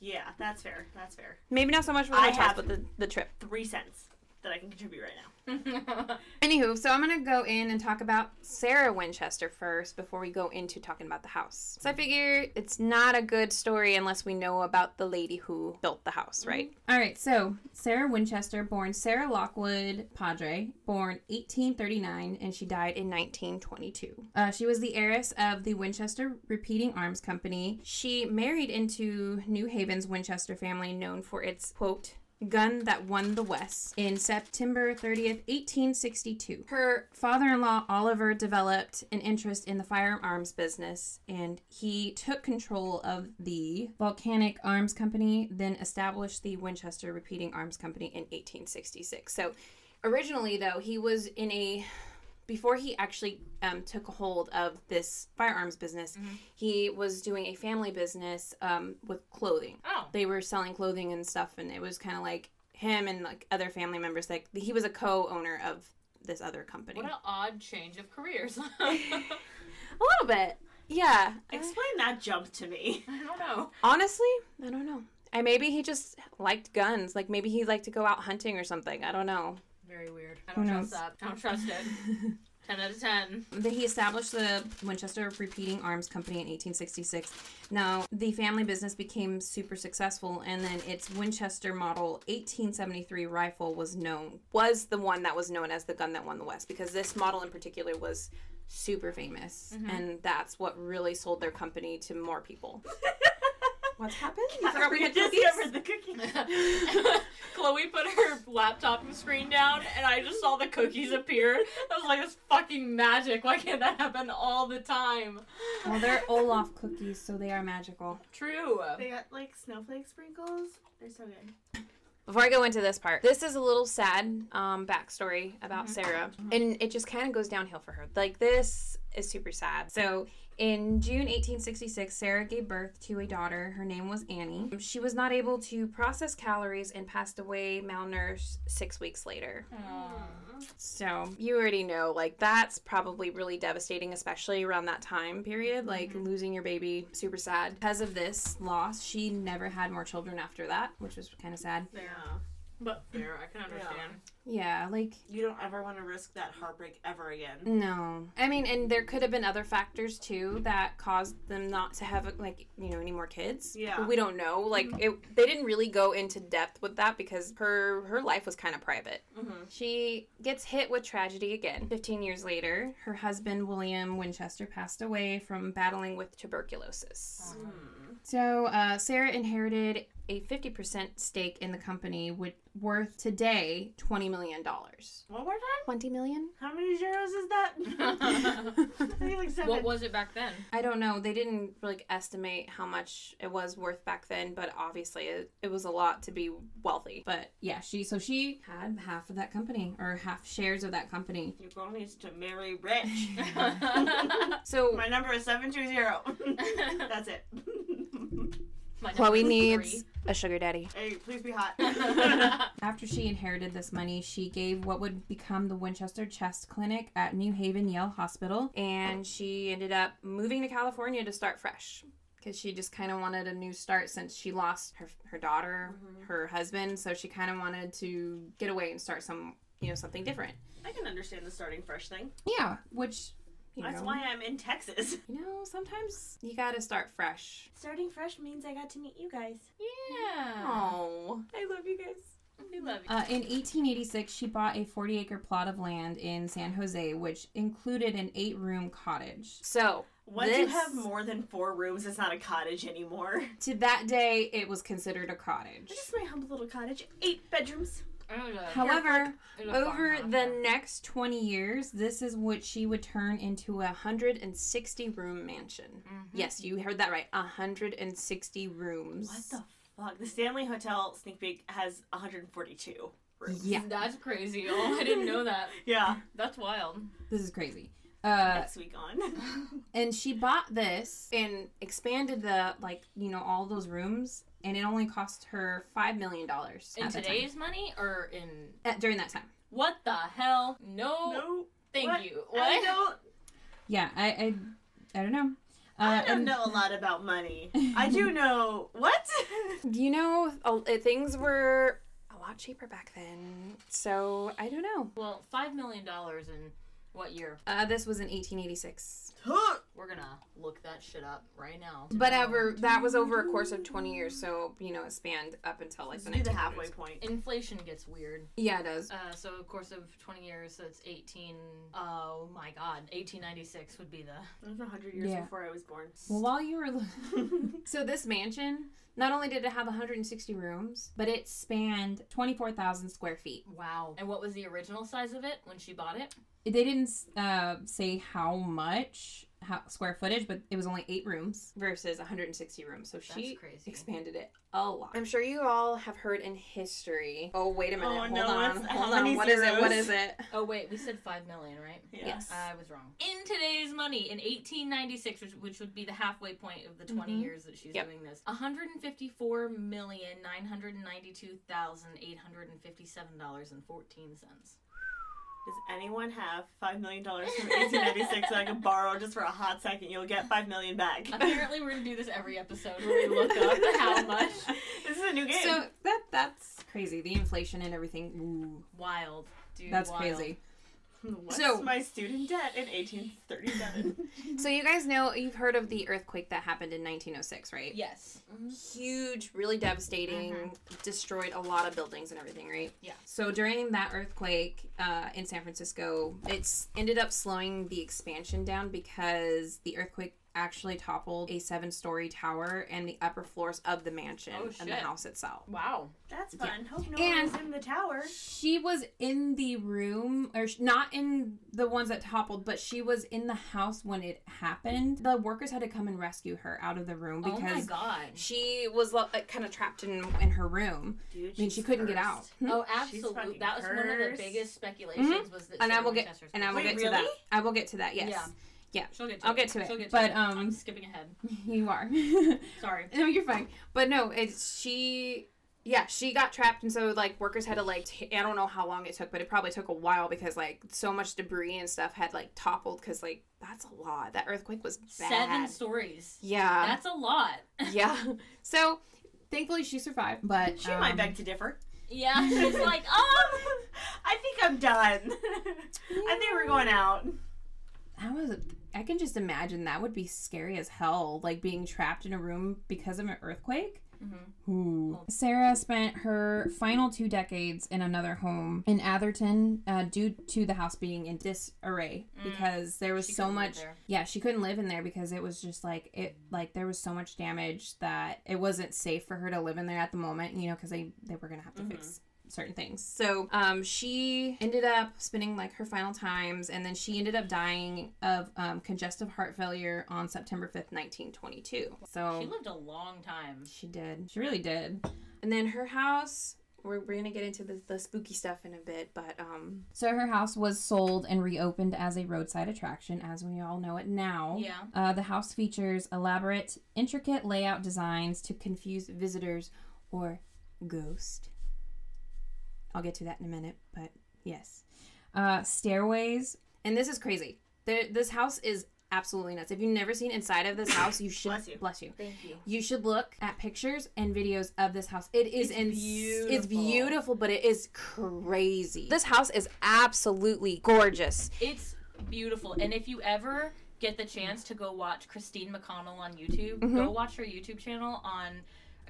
Speaker 3: Yeah, that's fair. That's fair.
Speaker 2: Maybe not so much for the
Speaker 3: I
Speaker 2: hotels,
Speaker 3: have-
Speaker 2: but the, the trip.
Speaker 3: Three cents that I can contribute right now.
Speaker 2: Anywho, so I'm gonna go in and talk about Sarah Winchester first before we go into talking about the house. So I figure it's not a good story unless we know about the lady who built the house, right? Mhm. All right, so Sarah Winchester, born Sarah Lockwood Padre, born 1839, and she died in 1922. Uh, she was the heiress of the Winchester Repeating Arms Company. She married into New Haven's Winchester family, known for its quote gun that won the West in September 30th, 1862. Her father in law, Oliver, developed an interest in the firearms business and he took control of the Volcanic Arms Company, then established the Winchester Repeating Arms Company in 1866. So originally, though, he was in a before he actually um, took hold of this firearms business, he was doing a family business um, with clothing
Speaker 1: Oh.
Speaker 2: they were selling clothing and stuff and it was kind of like him and like other family members like he was a co-owner of this other company
Speaker 1: What an odd change of careers.
Speaker 2: a little bit yeah
Speaker 3: Explain that jump to me.
Speaker 1: I don't know.
Speaker 2: honestly i don't know and maybe he just liked guns like maybe he liked to go out hunting or something i don't know
Speaker 1: Very weird. I don't
Speaker 2: Who
Speaker 1: trust
Speaker 2: knows?
Speaker 1: that. I don't trust it. 10 out of 10.
Speaker 2: that he established the Winchester Repeating Arms Company in 1866. Now, the family business became super successful, and then its Winchester model 1873 rifle was known was the one that was known as the gun that won the West because this model in particular was super famous, and that's what really sold their company to more people. What's happened? You forgot we had cookies?
Speaker 3: discovered the cookie.
Speaker 1: Chloe put her laptop screen down and I just saw the cookies appear. I was like, it's fucking magic. Why can't that happen all the time?
Speaker 2: Well, they're Olaf cookies, so they are magical.
Speaker 1: True.
Speaker 3: They got like snowflake sprinkles. They're so good.
Speaker 2: Before I go into this part, this is a little sad um, backstory about Sarah, and it just kind of goes downhill for her. Like this is super sad. So in June 1866, Sarah gave birth to a daughter. Her name was Annie. She was not able to process calories and passed away malnourished six weeks later.
Speaker 1: Ah,
Speaker 2: So you already know, like that's probably really devastating, especially around that time period. Like losing your baby, super sad. Because of this loss, she never had more children after that, which was kind of sad.
Speaker 3: Yeah.
Speaker 1: But fair, I can understand.
Speaker 2: Yeah, like
Speaker 3: You don't ever want to risk that heartbreak ever again.
Speaker 2: no. I mean, and there could have been other factors too that caused them not to have like you know any more kids.
Speaker 3: Yeah.
Speaker 2: But we don't know. Like it, they didn't really go into depth with that because her her life was kind of private.
Speaker 3: Mhm.
Speaker 2: She gets hit with tragedy again. Fifteen years later, her husband William Winchester passed away from battling with tuberculosis. So uh, Sarah inherited a 50% stake in the company with, worth today $20 million.
Speaker 3: One more time?
Speaker 2: 20 million?
Speaker 3: How many zeros is that? I think like seven.
Speaker 1: What was it back then?
Speaker 2: I don't know. They didn't like estimate how much it was worth back then, but obviously it, it was a lot to be wealthy. But yeah, she so she had half of that company or half shares of that company.
Speaker 3: Your girl needs to marry rich.
Speaker 6: Uh,
Speaker 2: So
Speaker 3: My number is 720. That's it.
Speaker 1: My
Speaker 2: Chloe
Speaker 1: number is
Speaker 2: needs a sugar daddy.
Speaker 3: hey, please be hot.
Speaker 1: three.
Speaker 2: After she inherited this money, she gave what would become the Winchester Chest Clinic at New Haven Yale Hospital, and she ended up moving to California to start fresh because she just kind of wanted a new start since she lost her her daughter, her husband, so she kind of wanted to get away and start some, you know, something different.
Speaker 3: I can understand the starting fresh thing.
Speaker 2: Yeah, which you
Speaker 3: That's
Speaker 2: know,
Speaker 3: why I'm in Texas.
Speaker 2: you know, sometimes you got to start fresh.
Speaker 3: Starting fresh means I got to meet you guys.
Speaker 1: yeah.
Speaker 2: Oh.
Speaker 3: I love you guys.
Speaker 1: We love you.
Speaker 2: Uh, in 1886, she bought a 40 acre plot of land in San Jose, which included an eight room cottage. So,
Speaker 3: Once you
Speaker 2: This-
Speaker 3: have more than four rooms, it's not a cottage anymore.
Speaker 2: to that day, it was considered a cottage.
Speaker 3: This is my humble little cottage. Eight bedrooms.
Speaker 1: I
Speaker 2: However,
Speaker 7: It was a
Speaker 2: over
Speaker 7: farmhouse,
Speaker 2: the
Speaker 7: yeah.
Speaker 2: next 20 years, this is what she would turn into a 160 room mansion. Yes, you heard that right. 160 rooms.
Speaker 3: What the fuck? The Stanley Hotel sneak peek has 142 rooms.
Speaker 2: Yeah,
Speaker 7: That's crazy. Oh, I didn't know that.
Speaker 3: Yeah.
Speaker 7: That's wild.
Speaker 2: this is crazy. Uh,
Speaker 3: Next week on.
Speaker 2: and she bought this and expanded the like you know all those rooms, and it only cost her five million dollars
Speaker 6: In today's money or in
Speaker 2: at, during that time.
Speaker 6: what the hell? No,
Speaker 3: no.
Speaker 6: thank
Speaker 3: What?
Speaker 6: you.
Speaker 3: I
Speaker 6: What?
Speaker 3: don't.
Speaker 2: Yeah, I I, I don't know. Uh,
Speaker 3: I don't
Speaker 2: and-
Speaker 3: know a lot about money. I do know what.
Speaker 2: You know, a- things were a lot cheaper back then, so I don't know.
Speaker 6: Well, five million dollars in what year?
Speaker 2: Uh, this was in 1886.
Speaker 6: We're gonna look that shit up right now.
Speaker 2: But ever that was over a course of 20 years, so you know it spanned up until like
Speaker 3: Let's
Speaker 2: the
Speaker 3: do the
Speaker 2: 1900s.
Speaker 3: halfway point.
Speaker 6: inflation gets weird.
Speaker 2: Yeah, it does.
Speaker 6: Uh, so of course of twenty years, so it's eighteen. Oh my god, eighteen ninety six would be the
Speaker 3: That was 100 years
Speaker 2: Yeah.
Speaker 3: before I was born.
Speaker 2: Well, while you were so this mansion, not only did it have 160 rooms, but it spanned 24,000 square feet.
Speaker 6: wow. And what was the original size of it when she bought it?
Speaker 2: They didn't uh, say how much how, square footage, but it was only eight rooms versus 160 rooms. So she
Speaker 6: That's crazy.
Speaker 2: expanded it a lot. I'm sure you all have heard in history. Oh wait a minute,
Speaker 3: Oh,
Speaker 2: hold
Speaker 3: no,
Speaker 2: on,
Speaker 3: it's-
Speaker 2: hold
Speaker 3: how
Speaker 2: on.
Speaker 3: many
Speaker 2: What is it? What
Speaker 3: zeros?
Speaker 2: is it?
Speaker 6: Oh wait, we said five million, right?
Speaker 3: Yeah.
Speaker 2: Yes. Uh,
Speaker 6: I was wrong. In today's money, in 1896, which, which would be the halfway point of the 20
Speaker 2: Mhm.
Speaker 6: years that she's
Speaker 2: Yep.
Speaker 6: doing this, 154,992,857 dollars and 14 cents.
Speaker 3: Does anyone have five million dollars from 1896 that I can borrow just for a hot second? You'll get five million back.
Speaker 6: Apparently, we're gonna do this every episode where we look up how much.
Speaker 3: This is a new game.
Speaker 2: So that that's crazy. The inflation and everything. Ooh,
Speaker 6: Wild, dude.
Speaker 2: that's
Speaker 6: wild.
Speaker 2: crazy.
Speaker 3: What's
Speaker 2: so-
Speaker 3: my student debt in 1837?
Speaker 2: So you guys know you've heard of the earthquake that happened in 1906, right?
Speaker 6: Yes.
Speaker 2: Huge, really devastating, destroyed a lot of buildings and everything, right?
Speaker 6: Mm-hmm. Yeah.
Speaker 2: So during that earthquake uh, in San Francisco, it's ended up slowing the expansion down because the earthquake actually toppled a seven-story tower and the upper floors of the mansion
Speaker 6: Oh,
Speaker 2: and the
Speaker 6: shit.
Speaker 2: house itself.
Speaker 6: Wow.
Speaker 3: That's fun. Hope no
Speaker 2: And-
Speaker 3: one's in the tower.
Speaker 2: She was in the room, or sh- not in the ones that toppled, but she was in the house when it happened. The workers had to come and rescue her out of the room
Speaker 6: oh my
Speaker 2: because
Speaker 6: god.
Speaker 2: she was like, kind of trapped in in her room.
Speaker 3: Dude,
Speaker 2: I mean, she couldn't get out.
Speaker 6: Oh,
Speaker 3: She's fucking
Speaker 6: absolutely. That was one of the
Speaker 3: cursed.
Speaker 6: biggest speculations was that
Speaker 2: Mm-hmm. And I
Speaker 6: Sarah
Speaker 2: will get-
Speaker 6: Winchester's
Speaker 2: And I will
Speaker 3: Wait,
Speaker 2: get to
Speaker 3: really?
Speaker 2: that. I will get to that. Yes,
Speaker 6: Yeah. She'll get to
Speaker 2: I'll
Speaker 6: it.
Speaker 2: get to it.
Speaker 6: She'll get to
Speaker 2: But,
Speaker 6: it.
Speaker 2: um,
Speaker 6: I'm skipping ahead.
Speaker 2: you are.
Speaker 6: Sorry.
Speaker 2: no, you're fine. But no, it's she. Yeah, she got trapped, and so like workers had to like t- I don't know how long it took, but it probably took a while because like so much debris and stuff had like toppled because like that's a lot. That earthquake was bad.
Speaker 6: Seven stories.
Speaker 2: Yeah.
Speaker 6: That's a lot.
Speaker 2: yeah. So thankfully she survived, but
Speaker 3: She might
Speaker 2: um,
Speaker 3: beg to differ.
Speaker 6: Yeah, she's like, oh,
Speaker 3: I think I'm done. I think we're going out.
Speaker 2: I was. I can just imagine that would be scary as hell, like being trapped in a room because of an earthquake.
Speaker 6: Mm-hmm.
Speaker 2: Ooh. Sarah spent her final two decades in another home in Atherton uh, due to the house being in disarray because there was
Speaker 6: Mm. She
Speaker 2: so
Speaker 6: couldn't live
Speaker 2: much.
Speaker 6: there.
Speaker 2: Yeah, she couldn't live in there because it was just like it, like there was so much damage that it wasn't safe for her to live in there at the moment. You know, because they they were gonna have to
Speaker 6: Mm-hmm.
Speaker 2: fix certain things. So um, she ended up spending like her final times, and then she ended up dying of um, congestive heart failure on September fifth, nineteen twenty two. So
Speaker 6: she lived a long time.
Speaker 2: she did. She really did. And then her house. We're, we're gonna get into the, the spooky stuff in a bit, but um. So her house was sold and reopened as a roadside attraction, as we all know it now.
Speaker 6: Yeah.
Speaker 2: Uh, the house features elaborate, intricate layout designs to confuse visitors or ghost. I'll get to that in a minute, but yes. Uh, stairways, and this is crazy. The, this house is absolutely nuts. If you've never seen inside of this house, you should
Speaker 3: Bless you.
Speaker 2: Bless you.
Speaker 6: Thank you.
Speaker 2: You should look at pictures and videos of this house. It is it's beautiful. It's beautiful, but it is crazy. This house is absolutely gorgeous.
Speaker 6: It's beautiful. And if you ever get the chance to go watch Christine McConnell on YouTube, go
Speaker 2: Mm-hmm.
Speaker 6: watch her YouTube channel on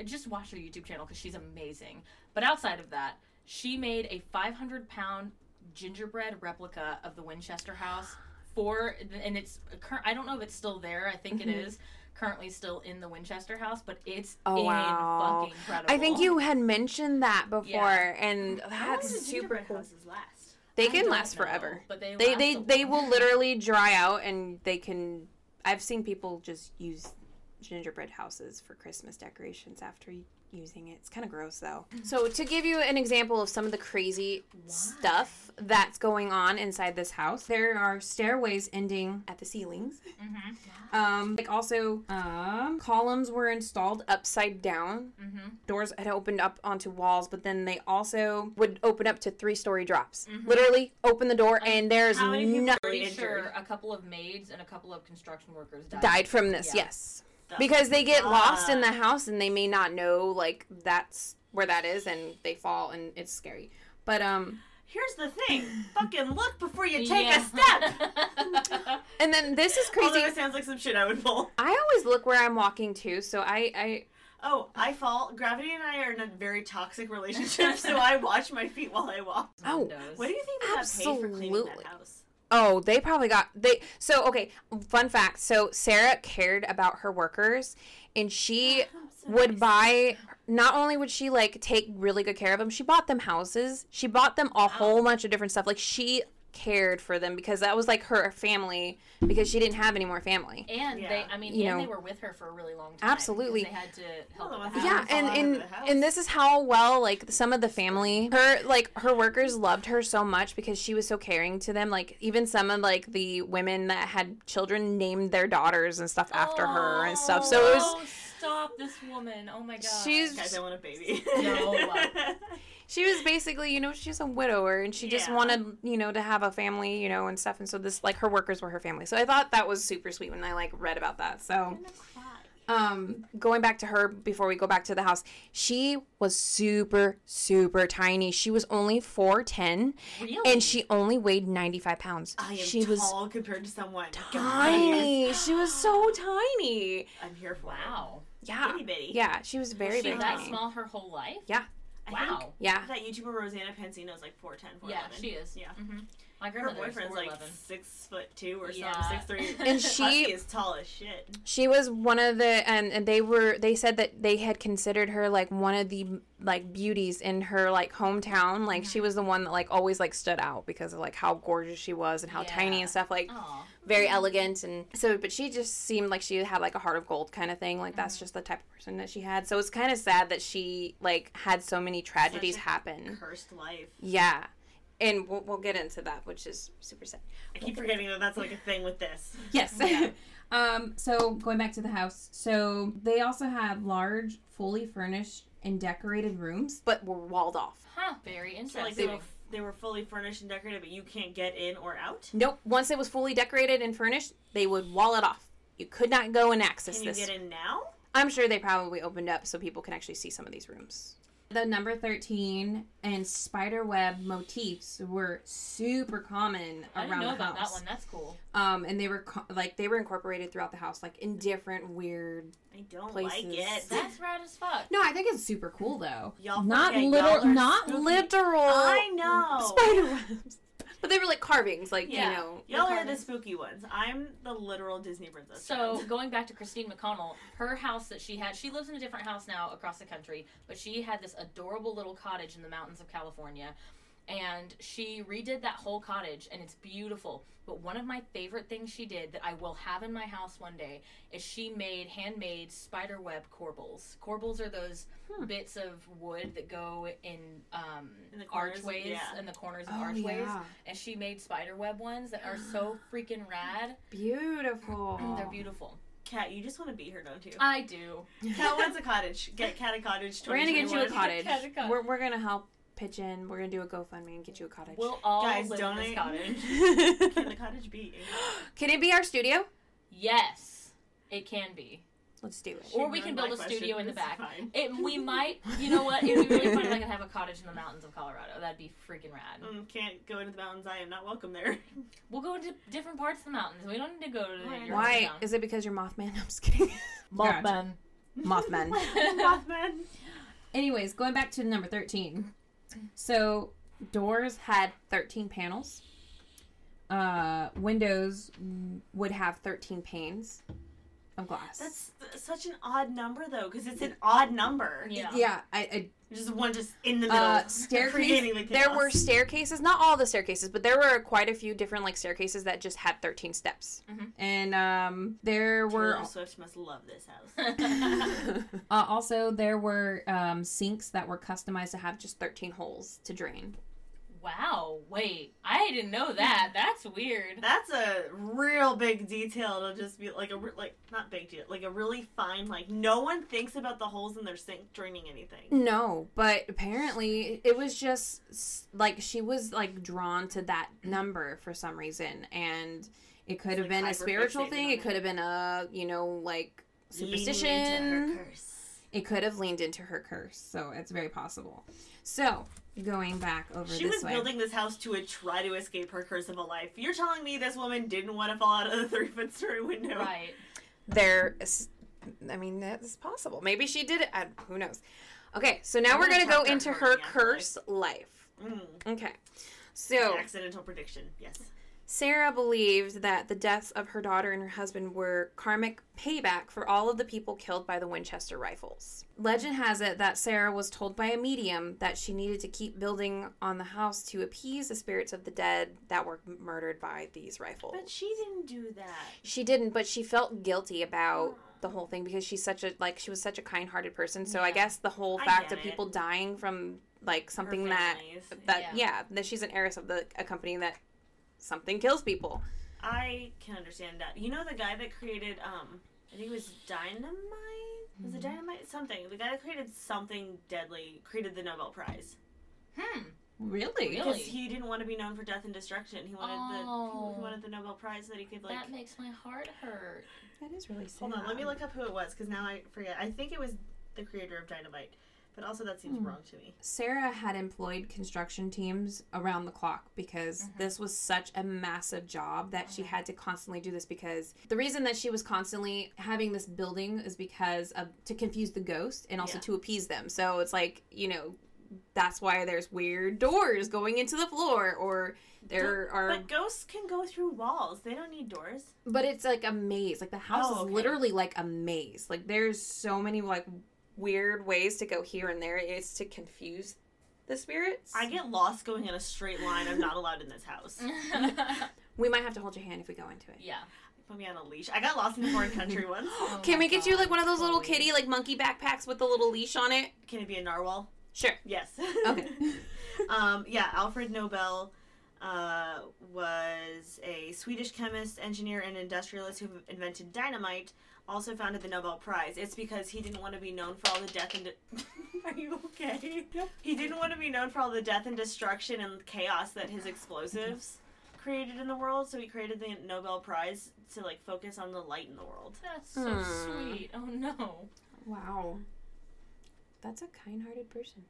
Speaker 6: just watch her YouTube channel because she's amazing. But outside of that, she made a 500 pound gingerbread replica of the Winchester house for, and it's cur- I don't know if it's still there. I think it is currently still in the Winchester House, but it's
Speaker 2: Mm-hmm. Oh,
Speaker 6: in
Speaker 2: wow.
Speaker 6: fucking incredible.
Speaker 2: I think you had mentioned that before, and
Speaker 3: How long
Speaker 2: that's
Speaker 3: do
Speaker 2: super
Speaker 3: gingerbread
Speaker 2: cool.
Speaker 3: houses last?
Speaker 2: They
Speaker 6: I
Speaker 2: can
Speaker 6: don't
Speaker 2: last
Speaker 6: know,
Speaker 2: forever.
Speaker 6: but they
Speaker 2: They
Speaker 6: last
Speaker 2: they
Speaker 6: a
Speaker 2: they
Speaker 6: while.
Speaker 2: will literally dry out, and they can. I've seen people just use gingerbread houses for Christmas decorations after y- using it. It's kind of gross though. So to give you an example of some of the crazy stuff that's going on inside this house, there are stairways ending at the ceilings.
Speaker 6: Mhm.
Speaker 2: Um, like also, um, columns were installed upside down.
Speaker 3: Mm-hmm.
Speaker 2: Doors had opened up onto walls, but then they also would open up to three-story drops. Literally, open the door, and there's
Speaker 3: Mm-hmm. how many people-
Speaker 2: nothing
Speaker 6: Pretty
Speaker 3: Injured.
Speaker 6: sure a couple of maids and a couple of construction workers died.
Speaker 2: died from this.
Speaker 6: Yeah.
Speaker 2: Yes,
Speaker 3: The-
Speaker 2: because they get lost in the
Speaker 3: God.
Speaker 2: house and they may not know like that's where that is, and they fall, and it's scary. But um,
Speaker 3: Here's the thing. Fucking look before you take
Speaker 6: Yeah.
Speaker 3: a step.
Speaker 2: and then this is
Speaker 3: Although
Speaker 2: crazy.
Speaker 3: it sounds like some shit I would pull.
Speaker 2: I always look where I'm walking to, so I I
Speaker 3: Oh, I fall. Gravity and I are in a very toxic relationship, so I wash my feet while I walk.
Speaker 2: Oh,
Speaker 6: Windows.
Speaker 3: What do you think they got paid for cleaning
Speaker 2: Absolutely.
Speaker 3: that house?
Speaker 2: Oh, they probably got they so okay, fun fact. So Sarah cared about her workers and she would buy not only would she like take really good care of them, she bought them houses. She bought them a whole bunch of different stuff. Like she cared for them because that was like her family because she didn't have any more family.
Speaker 6: And
Speaker 3: Yeah.
Speaker 6: they, I mean,
Speaker 2: You
Speaker 6: and
Speaker 2: know.
Speaker 6: they were with her for a really long time.
Speaker 2: Absolutely.
Speaker 6: because They had to help.
Speaker 3: Well,
Speaker 6: with
Speaker 3: the
Speaker 6: the
Speaker 2: Yeah,
Speaker 3: house.
Speaker 6: house.
Speaker 2: and
Speaker 3: Fall out of
Speaker 2: and,
Speaker 3: the house.
Speaker 2: and this is how well like some of the family her like her workers loved her so much because she was so caring to them. Like even some of like the women that had children named their daughters and stuff after her and stuff. So it was
Speaker 6: Oh, stop this woman. Oh my god.
Speaker 2: she's
Speaker 3: Guys, I want a baby. uh,
Speaker 6: No.
Speaker 2: she was basically you know she's a widower and she just
Speaker 3: Yeah.
Speaker 2: wanted you know to have a family you know and stuff and so this like her workers were her family. So I thought that was super sweet when I like read about that. So um going back to her before we go back to the house she was super super tiny she was only 410
Speaker 6: really?
Speaker 2: and she only weighed 95 pounds
Speaker 3: I am
Speaker 2: she was
Speaker 3: tall compared to someone. God,
Speaker 2: tiny she was so tiny
Speaker 3: I'm here for
Speaker 6: wow.
Speaker 2: yeah
Speaker 3: Itty bitty.
Speaker 2: Ah, yeah she was very
Speaker 6: She
Speaker 2: very
Speaker 6: was that
Speaker 2: tiny
Speaker 6: small her whole life.
Speaker 3: it. I think
Speaker 6: Wow.
Speaker 2: yeah
Speaker 3: that YouTuber Rosanna Pansino is like 4'10", 4'11".
Speaker 6: Yeah, she is.
Speaker 3: Yeah.
Speaker 6: hmm My
Speaker 3: Her
Speaker 6: grandmother was
Speaker 3: boyfriend's like
Speaker 6: 4'11".
Speaker 3: six foot two or
Speaker 6: Yeah.
Speaker 3: something, six three.
Speaker 2: and
Speaker 3: She
Speaker 2: she
Speaker 3: is tall as shit.
Speaker 2: she was one of the and, and they were they said that they had considered her like one of the like beauties in her like hometown like she was the one that like always like stood out because of like how gorgeous she was and how tiny
Speaker 6: Yeah. Oh,
Speaker 2: and stuff like
Speaker 6: Aw.
Speaker 2: very elegant and so but she just seemed like she had like a heart of gold kind of thing like that's just the type of person that she had so it's kind of sad that she like had so many tragedies
Speaker 3: a
Speaker 2: happen
Speaker 3: Cursed life.
Speaker 2: yeah and we'll, we'll get into that which is super sad
Speaker 3: I keep forgetting that that's like a thing with this.
Speaker 2: yes um so going back to the house so they also had large fully furnished and decorated rooms but were walled off
Speaker 6: Huh. Very
Speaker 3: So like
Speaker 6: interesting.
Speaker 3: they were, they were fully furnished and decorated, but you can't get in or out.
Speaker 2: nope once it was fully decorated and furnished they would wall it off you could not go and access
Speaker 3: Can you
Speaker 2: this
Speaker 3: get in now?
Speaker 2: I'm sure they probably opened up so people can actually see some of these rooms. The number 13 and spider web motifs were super common
Speaker 6: I didn't
Speaker 2: around
Speaker 6: know
Speaker 2: the
Speaker 6: about that
Speaker 2: house.
Speaker 6: one. That's cool.
Speaker 2: Um, and they were co- like they were incorporated throughout the house, like in different weird.
Speaker 3: I don't like
Speaker 2: Places.
Speaker 3: it.
Speaker 6: That's rad as fuck.
Speaker 2: No, I think it's super cool though.
Speaker 3: Y'all
Speaker 2: not
Speaker 3: forget
Speaker 2: literal,
Speaker 3: y'all are
Speaker 2: not
Speaker 3: spooky.
Speaker 2: literal.
Speaker 3: I know.
Speaker 2: spider webs, but they were like carvings, like
Speaker 3: Yeah.
Speaker 2: you know.
Speaker 3: Y'all are the
Speaker 6: Carmen.
Speaker 3: spooky ones. I'm the literal Disney princess.
Speaker 6: So going back to Christine McConnell, her house that she had, she lives in a different house now across the country, but she had this adorable little cottage in the mountains of California. And she redid that whole cottage, and it's beautiful. But one of my favorite things she did that I will have in my house one day is she made handmade spider web corbels. Corbels are those bits of wood that go Hmm. in, um,
Speaker 3: In the corners,
Speaker 6: archways
Speaker 3: yeah.
Speaker 6: and the corners of
Speaker 2: Oh
Speaker 6: archways.
Speaker 2: yeah,
Speaker 6: And she made spider web ones that are so freaking rad.
Speaker 2: beautiful.
Speaker 6: They're beautiful.
Speaker 3: Cat, you just want to beat her, don't you?
Speaker 6: I do.
Speaker 3: Cat wants a cottage. Get Cat a cottage.
Speaker 2: We're gonna get you a
Speaker 3: 2021.
Speaker 2: cottage.
Speaker 6: Get a cottage.
Speaker 2: We're, we're gonna help pitch in. We're gonna do a GoFundMe and get you a cottage.
Speaker 6: We'll all
Speaker 3: Guys,
Speaker 6: live in
Speaker 3: donate.
Speaker 6: this cottage.
Speaker 3: Can the
Speaker 2: Can
Speaker 3: cottage be?
Speaker 2: it be our studio?
Speaker 6: Yes, it can be.
Speaker 2: Let's do it.
Speaker 6: Or we can build a studio in the back.
Speaker 3: Fine.
Speaker 6: It, we might, you know what? It'd be really fun if I could have a cottage in the mountains of Colorado. That'd be freaking rad.
Speaker 3: Mm, can't go into the mountains. I am not welcome there.
Speaker 6: We'll go into different parts of the mountains. We don't need to go to
Speaker 3: Why
Speaker 6: the
Speaker 3: not?
Speaker 2: Why? Is it because you're Mothman? I'm just kidding. Mothman. Mothman.
Speaker 3: Mothman.
Speaker 2: Anyways, going back to number 13. So, doors had 13 panels. Uh, uh, windows would have 13 panes of glass.
Speaker 3: That's th- such an odd number though, because it's an odd number.
Speaker 1: Yeah.
Speaker 2: yeah, I,
Speaker 3: Just one just in the
Speaker 2: I
Speaker 3: middle.
Speaker 2: uh,
Speaker 3: creating the
Speaker 2: staircase. There
Speaker 3: chaos.
Speaker 2: were staircases, not all the staircases, but there were quite a few different like staircases that just had 13 steps.
Speaker 5: Mhm.
Speaker 2: And um, there were
Speaker 3: Taylor Swift must love this house.
Speaker 2: Uh, also, there were um, sinks that were customized to have just 13 holes to drain.
Speaker 1: wow. Wait. I didn't know that. That's weird.
Speaker 3: That's a real big detail to just be like a re- like not big deal, like a really fine like no one thinks about the holes in their sink draining anything.
Speaker 2: No, but apparently it was just s- like she was like drawn to that number for some reason. And it could have
Speaker 3: like
Speaker 2: been a spiritual
Speaker 3: hyper-fixated
Speaker 2: thing,
Speaker 3: on
Speaker 2: it
Speaker 3: it.
Speaker 2: could have been a, you know, like
Speaker 3: Leaning into
Speaker 2: superstition.
Speaker 3: her curse.
Speaker 2: It could have leaned into her curse. So it's very possible. So going back over
Speaker 3: She
Speaker 2: this
Speaker 3: was
Speaker 2: way.
Speaker 3: building this house to a, try to escape her curse of a life. You're telling me this woman didn't want to fall out of the three foot story window?
Speaker 1: Right.
Speaker 2: there is- i mean that's possible maybe she did it I, who knows okay so now
Speaker 3: I'm
Speaker 2: we're
Speaker 3: gonna
Speaker 2: gonna go
Speaker 3: talk to
Speaker 2: into
Speaker 3: her
Speaker 2: her
Speaker 3: in the
Speaker 2: cursed life
Speaker 3: Mm.
Speaker 2: okay so
Speaker 3: Accidental prediction. Yes.
Speaker 2: sarah believed that the deaths of her daughter and her husband were karmic payback for all of the people killed by the winchester rifles legend has it that sarah was told by a medium that she needed to keep building on the house to appease the spirits of the dead that were murdered by these rifles
Speaker 3: But she didn't do that.
Speaker 2: She didn't, but she felt guilty about the whole thing because she's such a like she was such a kind-hearted person. So I guess the whole
Speaker 3: I
Speaker 2: fact
Speaker 3: get
Speaker 2: of
Speaker 3: it.
Speaker 2: people dying from
Speaker 3: Her
Speaker 2: like something that
Speaker 3: families.
Speaker 2: that
Speaker 1: Yeah.
Speaker 2: yeah. that she's an heiress of the a company that something kills people.
Speaker 3: I can understand that. You know the guy that created um I think it was dynamite?
Speaker 2: Mm-hmm.
Speaker 3: Was it dynamite? Something. The guy that created something deadly created the Nobel Prize.
Speaker 1: Hmm.
Speaker 2: Really?
Speaker 1: Really?
Speaker 3: Because he didn't want to be known for death and destruction. He wanted the
Speaker 1: Oh.
Speaker 3: he wanted the Nobel Prize that he could like
Speaker 1: that makes my heart hurt.
Speaker 2: That is really sad.
Speaker 3: Hold on, let me look up who it was because now I forget. I think it was the creator of Dynamite, but also that seems wrong to me.
Speaker 2: Sarah had employed construction teams around the clock because
Speaker 3: Mm-hmm.
Speaker 2: this was such a massive job that she had to constantly do this because the reason that she was constantly having this building is because of to confuse the ghost and also
Speaker 3: Yeah.
Speaker 2: to appease them. So it's like, you know, that's why there's weird doors going into the floor or there are
Speaker 3: But ghosts can go through walls; they don't need doors.
Speaker 2: but it's like a maze. Like the house
Speaker 3: Oh,
Speaker 2: is
Speaker 3: okay.
Speaker 2: literally like a maze. Like there's so many like weird ways to go here and there. It's to confuse the spirits.
Speaker 3: I get lost going in a straight line. I'm not allowed in this house.
Speaker 2: Mm. We might have to hold your hand if we go into it.
Speaker 1: yeah.
Speaker 3: Put me on a leash. I got lost in foreign country once.
Speaker 1: Oh
Speaker 2: Can
Speaker 1: my
Speaker 2: we get you
Speaker 1: God,
Speaker 2: like one of those little
Speaker 1: Chloe.
Speaker 2: kitty like monkey backpacks with the little leash on it?
Speaker 3: Can it be a narwhal?
Speaker 2: Sure.
Speaker 3: Yes.
Speaker 2: Okay.
Speaker 3: um, yeah, Alfred Nobel uh, was a Swedish chemist, engineer, and industrialist who invented dynamite. Also founded the Nobel Prize. It's because he didn't want to be known for all the death and. De- Are you okay? He didn't want to be known for all the death and destruction and chaos that his explosives created in the world. So he created the Nobel Prize to like focus on the light in the world.
Speaker 1: That's so
Speaker 2: Hmm.
Speaker 1: sweet. Oh no.
Speaker 2: wow. That's a kind-hearted person.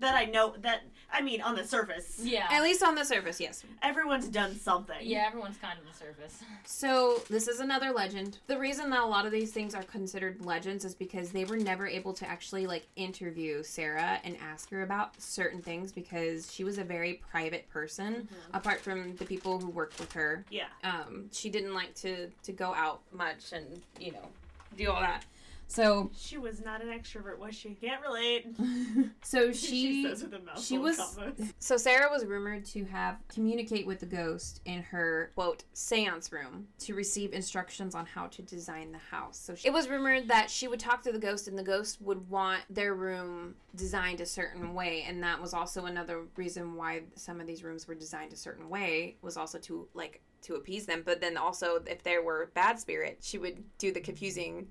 Speaker 3: That I know. That I mean, on the surface,
Speaker 1: Yeah.
Speaker 2: At least on the surface, yes.
Speaker 3: everyone's done something.
Speaker 1: Yeah, everyone's kind of the surface.
Speaker 2: So, this is another legend. The reason that a lot of these things are considered legends is because they were never able to actually like interview Sarah and ask her about certain things because she was a very private person
Speaker 1: Mm-hmm.
Speaker 2: apart from the people who worked with her.
Speaker 3: Yeah.
Speaker 2: um, she didn't like to to go out much and you know do all that. So
Speaker 3: She was not an extrovert, was she? Can't relate.
Speaker 2: so
Speaker 3: she
Speaker 2: she
Speaker 3: says with a mouthful
Speaker 2: she
Speaker 3: of
Speaker 2: was-
Speaker 3: combos.
Speaker 2: so Sarah was rumored to have communicate with the ghost in her quote séance room to receive instructions on how to design the house. So she, it was rumored that she would talk to the ghost and the ghost would want their room designed a certain way and that was also another reason why some of these rooms were designed a certain way was also to like to appease them, but then also if there were bad spirits, she would do the confusing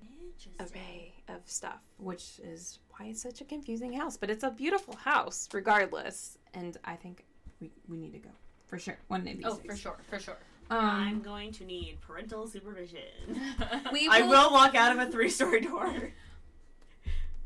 Speaker 2: array of stuff, which is why it's such a confusing house. But it's a beautiful house, regardless. And I think we, we need to go for sure one of these
Speaker 1: Oh,
Speaker 2: days.
Speaker 1: for sure, for sure.
Speaker 3: I'm
Speaker 2: Um,
Speaker 3: going to need parental supervision.
Speaker 2: we
Speaker 3: I
Speaker 2: will,
Speaker 3: will walk out of a three-story door.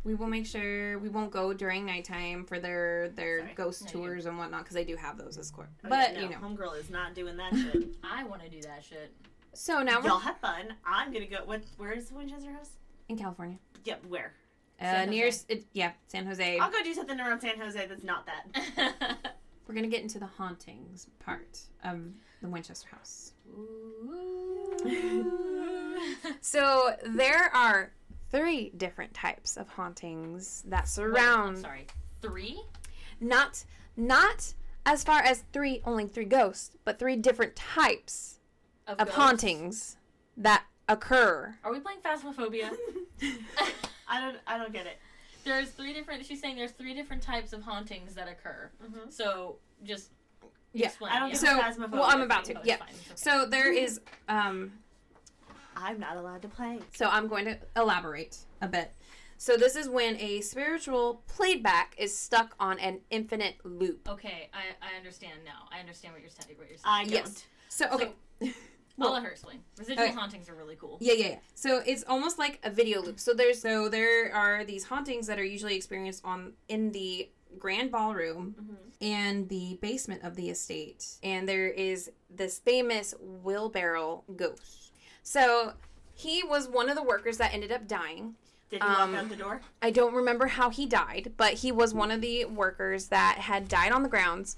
Speaker 2: We will make sure we won't go during nighttime for their their
Speaker 3: Sorry.
Speaker 2: ghost
Speaker 1: No, you-
Speaker 2: tours and whatnot because they do have those as court.
Speaker 3: Oh,
Speaker 2: but
Speaker 3: yeah, no,
Speaker 2: you know,
Speaker 3: homegirl is not doing that shit.
Speaker 1: I want to do that shit.
Speaker 2: so now we're
Speaker 3: Y'all have fun. I'm gonna go. What? Where is the Winchester house?
Speaker 2: in California,
Speaker 3: Yep. Where?
Speaker 2: uh,
Speaker 1: San
Speaker 2: near
Speaker 1: Jose.
Speaker 2: s- it, yeah San Jose.
Speaker 3: I'll go do something around San Jose that's not that.
Speaker 2: We're gonna get into the hauntings part of the Winchester House.
Speaker 8: Ooh.
Speaker 2: So there are three different types of hauntings that surround.
Speaker 6: I'm sorry. Three?
Speaker 2: not not as far as three only three ghosts but three different types of
Speaker 6: ghosts?
Speaker 2: hauntings that occur
Speaker 6: Are we playing Phasmophobia?
Speaker 3: I don't. I don't get it.
Speaker 6: there's three different. She's saying there's three different types of hauntings that occur.
Speaker 1: Mm-hmm.
Speaker 3: Mhm.
Speaker 6: So just
Speaker 2: Yeah,
Speaker 6: explain.
Speaker 3: I don't
Speaker 6: yeah.
Speaker 3: get
Speaker 2: so
Speaker 3: Phasmophobia
Speaker 2: well i'm about
Speaker 6: Oh,
Speaker 2: to
Speaker 6: it's
Speaker 2: yeah
Speaker 6: fine, it's okay.
Speaker 2: so there is um
Speaker 3: I'm not allowed to play.
Speaker 2: so i'm going to elaborate a bit so this is when a spiritual playback is stuck on an infinite loop
Speaker 6: Okay, I, I understand now. I understand what you're saying. What you're saying.
Speaker 3: I don't.
Speaker 2: Yes. so okay
Speaker 6: I'll let her explain. Residual
Speaker 2: Okay.
Speaker 6: hauntings are really cool.
Speaker 2: Yeah, yeah, yeah. So it's almost like a video loop. So there's so there are these hauntings that are usually experienced on in the grand ballroom and the basement of the estate. And there is this famous wheelbarrow ghost. So he was one of the workers that ended up dying.
Speaker 3: Did he
Speaker 2: Um,
Speaker 3: walk out the door?
Speaker 2: I don't remember how he died, but he was one of the workers that had died on the grounds.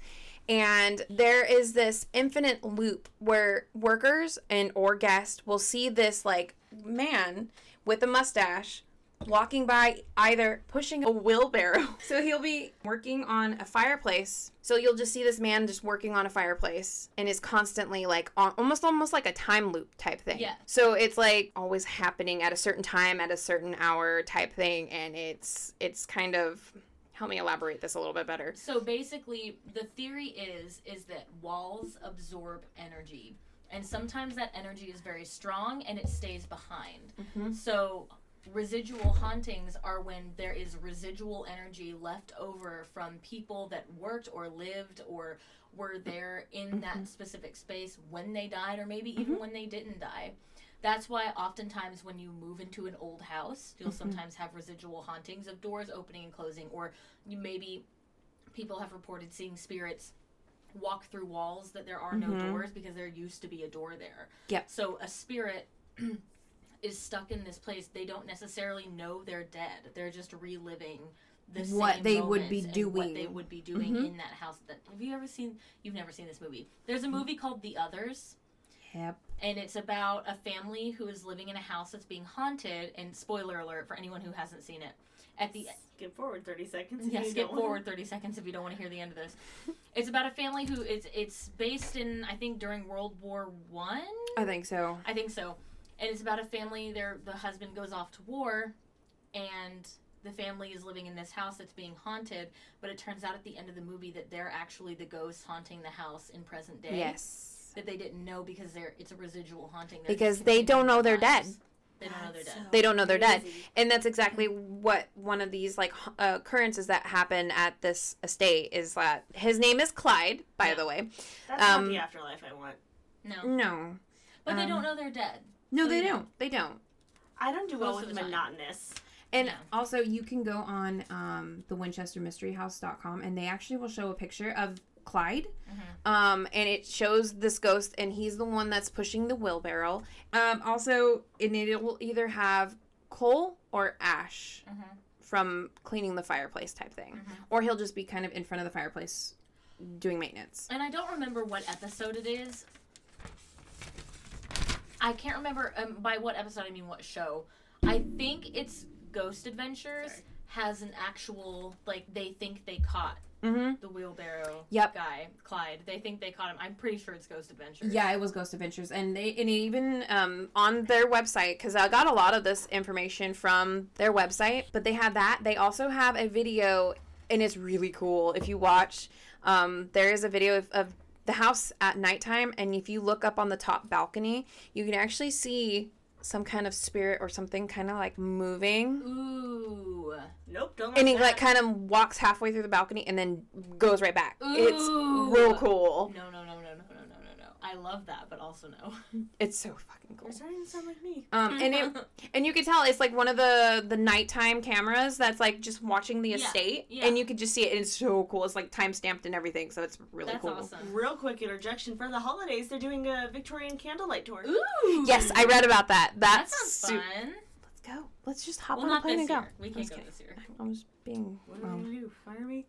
Speaker 2: And there is this infinite loop where workers and or guests will see this like man with a mustache walking by either pushing a wheelbarrow. So he'll be working on a fireplace. So you'll just see this man just working on a fireplace and is constantly like on almost almost like a time loop type thing.
Speaker 6: Yeah.
Speaker 2: So it's like always happening at a certain time at a certain hour type thing and it's it's kind of help me elaborate this a little bit better.
Speaker 6: So basically, the theory is is that walls absorb energy, and sometimes that energy is very strong and it stays behind. So residual hauntings are when there is residual energy left over from people that worked or lived or were there in that specific space when they died or maybe even when they didn't die. That's why oftentimes when you move into an old house, you'll sometimes have residual hauntings of doors opening and closing or you maybe people have reported seeing spirits walk through walls that there are no doors because there used to be a door there.
Speaker 2: Mm-hmm. Yep.
Speaker 6: So a spirit is stuck in this place. They don't necessarily know they're dead. They're just reliving the
Speaker 2: What
Speaker 6: same
Speaker 2: they would be
Speaker 6: moments and What they
Speaker 2: doing. Mm-hmm.
Speaker 6: would be doing in that house. That have you ever seen? You've never seen this movie. There's a movie called The Others
Speaker 2: Mm. Yep.
Speaker 6: and it's about a family who is living in a house that's being haunted and spoiler alert for anyone who hasn't seen it at the
Speaker 3: Skip forward thirty seconds. if
Speaker 6: yeah,
Speaker 3: you
Speaker 6: skip
Speaker 3: don't want-
Speaker 6: forward 30 seconds if you don't want to hear the end of this. It's about a family who it's it's based in I think during World War 1.
Speaker 2: I think so.
Speaker 6: I think so. And it's about a family their the husband goes off to war and the family is living in this house that's being haunted, but it turns out at the end of the movie that they're actually the ghosts haunting the house in present day.
Speaker 2: Yes.
Speaker 6: That they didn't know because they're it's a residual haunting. They're
Speaker 2: Because
Speaker 6: just
Speaker 2: they
Speaker 6: continuing
Speaker 2: don't know
Speaker 6: their
Speaker 2: they're dead.
Speaker 6: lives. They don't know they're
Speaker 3: That's
Speaker 6: dead.
Speaker 3: so
Speaker 2: They don't know they're dead.
Speaker 3: crazy.
Speaker 2: And that's exactly what one of these like h- uh, occurrences that happen at this estate is that his name is Clyde, by
Speaker 6: Yeah.
Speaker 2: the way.
Speaker 3: That's
Speaker 2: Um,
Speaker 3: not the afterlife I want.
Speaker 6: No.
Speaker 2: No,
Speaker 6: But
Speaker 2: Mm,
Speaker 6: they
Speaker 2: Um,
Speaker 6: don't know they're dead.
Speaker 2: no,
Speaker 6: So
Speaker 2: they
Speaker 6: you
Speaker 2: don't. They don't.
Speaker 3: I don't do well
Speaker 6: Most of
Speaker 3: with
Speaker 6: the time.
Speaker 3: monotonous.
Speaker 2: And
Speaker 6: Yeah.
Speaker 2: also, you can go on um, the WinchesterMysteryHouse.com, and they actually will show a picture of Clyde, um, and it shows this ghost, and he's the one that's pushing the wheelbarrow. Um, also, and it will either have coal or ash
Speaker 6: Mhm.
Speaker 2: from cleaning the fireplace type thing, or he'll just be kind of in front of the fireplace doing maintenance.
Speaker 6: and I don't remember what episode it is. I can't remember um, by what episode I mean what show. I think it's Ghost Adventures
Speaker 3: Sorry.
Speaker 6: has an actual like they think they caught
Speaker 2: Mm-hmm.
Speaker 6: the wheelbarrow
Speaker 2: Yep.
Speaker 6: guy Clyde. They think they caught him. I'm pretty sure it's Ghost Adventures.
Speaker 2: Yeah, it was Ghost Adventures, and they and even um, on their website because I got a lot of this information from their website. But they have that. They also have a video, and it's really cool. If you watch, um, there is a video of, of the house at nighttime, and if you look up on the top balcony, you can actually see some kind of spirit or something kind of like moving.
Speaker 6: Ooh.
Speaker 3: Nope, don't.
Speaker 2: And he
Speaker 3: that.
Speaker 2: like kind of walks halfway through the balcony and then goes right back.
Speaker 6: Ooh.
Speaker 2: It's real cool.
Speaker 6: No, no, no, no, no, no, no, no, no. I love that, but also no.
Speaker 2: It's so fucking cool.
Speaker 3: You're starting to sound like me.
Speaker 2: Um, and it And you could tell it's like one of the the nighttime cameras that's like just watching the
Speaker 6: Yeah,
Speaker 2: estate,
Speaker 6: yeah.
Speaker 2: and you could just see it. And it's so cool. It's like time stamped and everything, so it's really
Speaker 6: That's
Speaker 2: cool.
Speaker 6: awesome.
Speaker 3: Real quick interjection for the holidays, they're doing a Victorian candlelight tour.
Speaker 6: Ooh.
Speaker 2: Yes, I read about that.
Speaker 6: That
Speaker 2: That's
Speaker 6: sounds
Speaker 2: su-
Speaker 6: fun.
Speaker 2: Let's go. Let's just hop
Speaker 6: Well,
Speaker 2: on a
Speaker 6: not
Speaker 2: plane and
Speaker 6: this
Speaker 2: go.
Speaker 6: year. We
Speaker 2: I'm
Speaker 6: can't
Speaker 2: just
Speaker 6: go
Speaker 2: kidding.
Speaker 6: this year.
Speaker 2: I'm just being.
Speaker 3: What are we
Speaker 2: Well,
Speaker 3: gonna do? Fire me?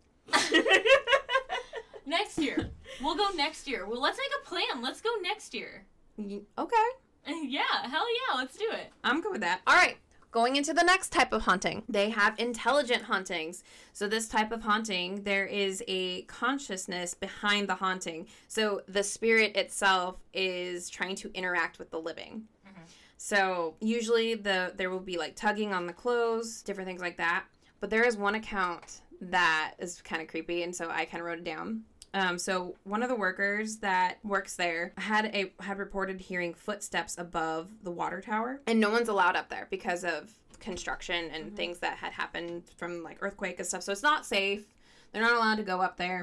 Speaker 6: Next year. We'll go next year. Well, let's make a plan. Let's go next year.
Speaker 2: Y- Okay.
Speaker 6: yeah, hell yeah, let's do it.
Speaker 2: I'm good with that. All right. Going into the next type of haunting, they have intelligent hauntings. So, this type of haunting, there is a consciousness behind the haunting. So, the spirit itself is trying to interact with the living.
Speaker 6: Mhm.
Speaker 2: So, usually the there will be like tugging on the clothes, different things like that. But there is one account that is kind of creepy, and so I kind of wrote it down. Um, so one of the workers that works there had a had reported hearing footsteps above the water tower, Mm-hmm. and no one's allowed up there because of construction and things that had happened from like earthquake and stuff. So it's not safe. They're not allowed to go up there,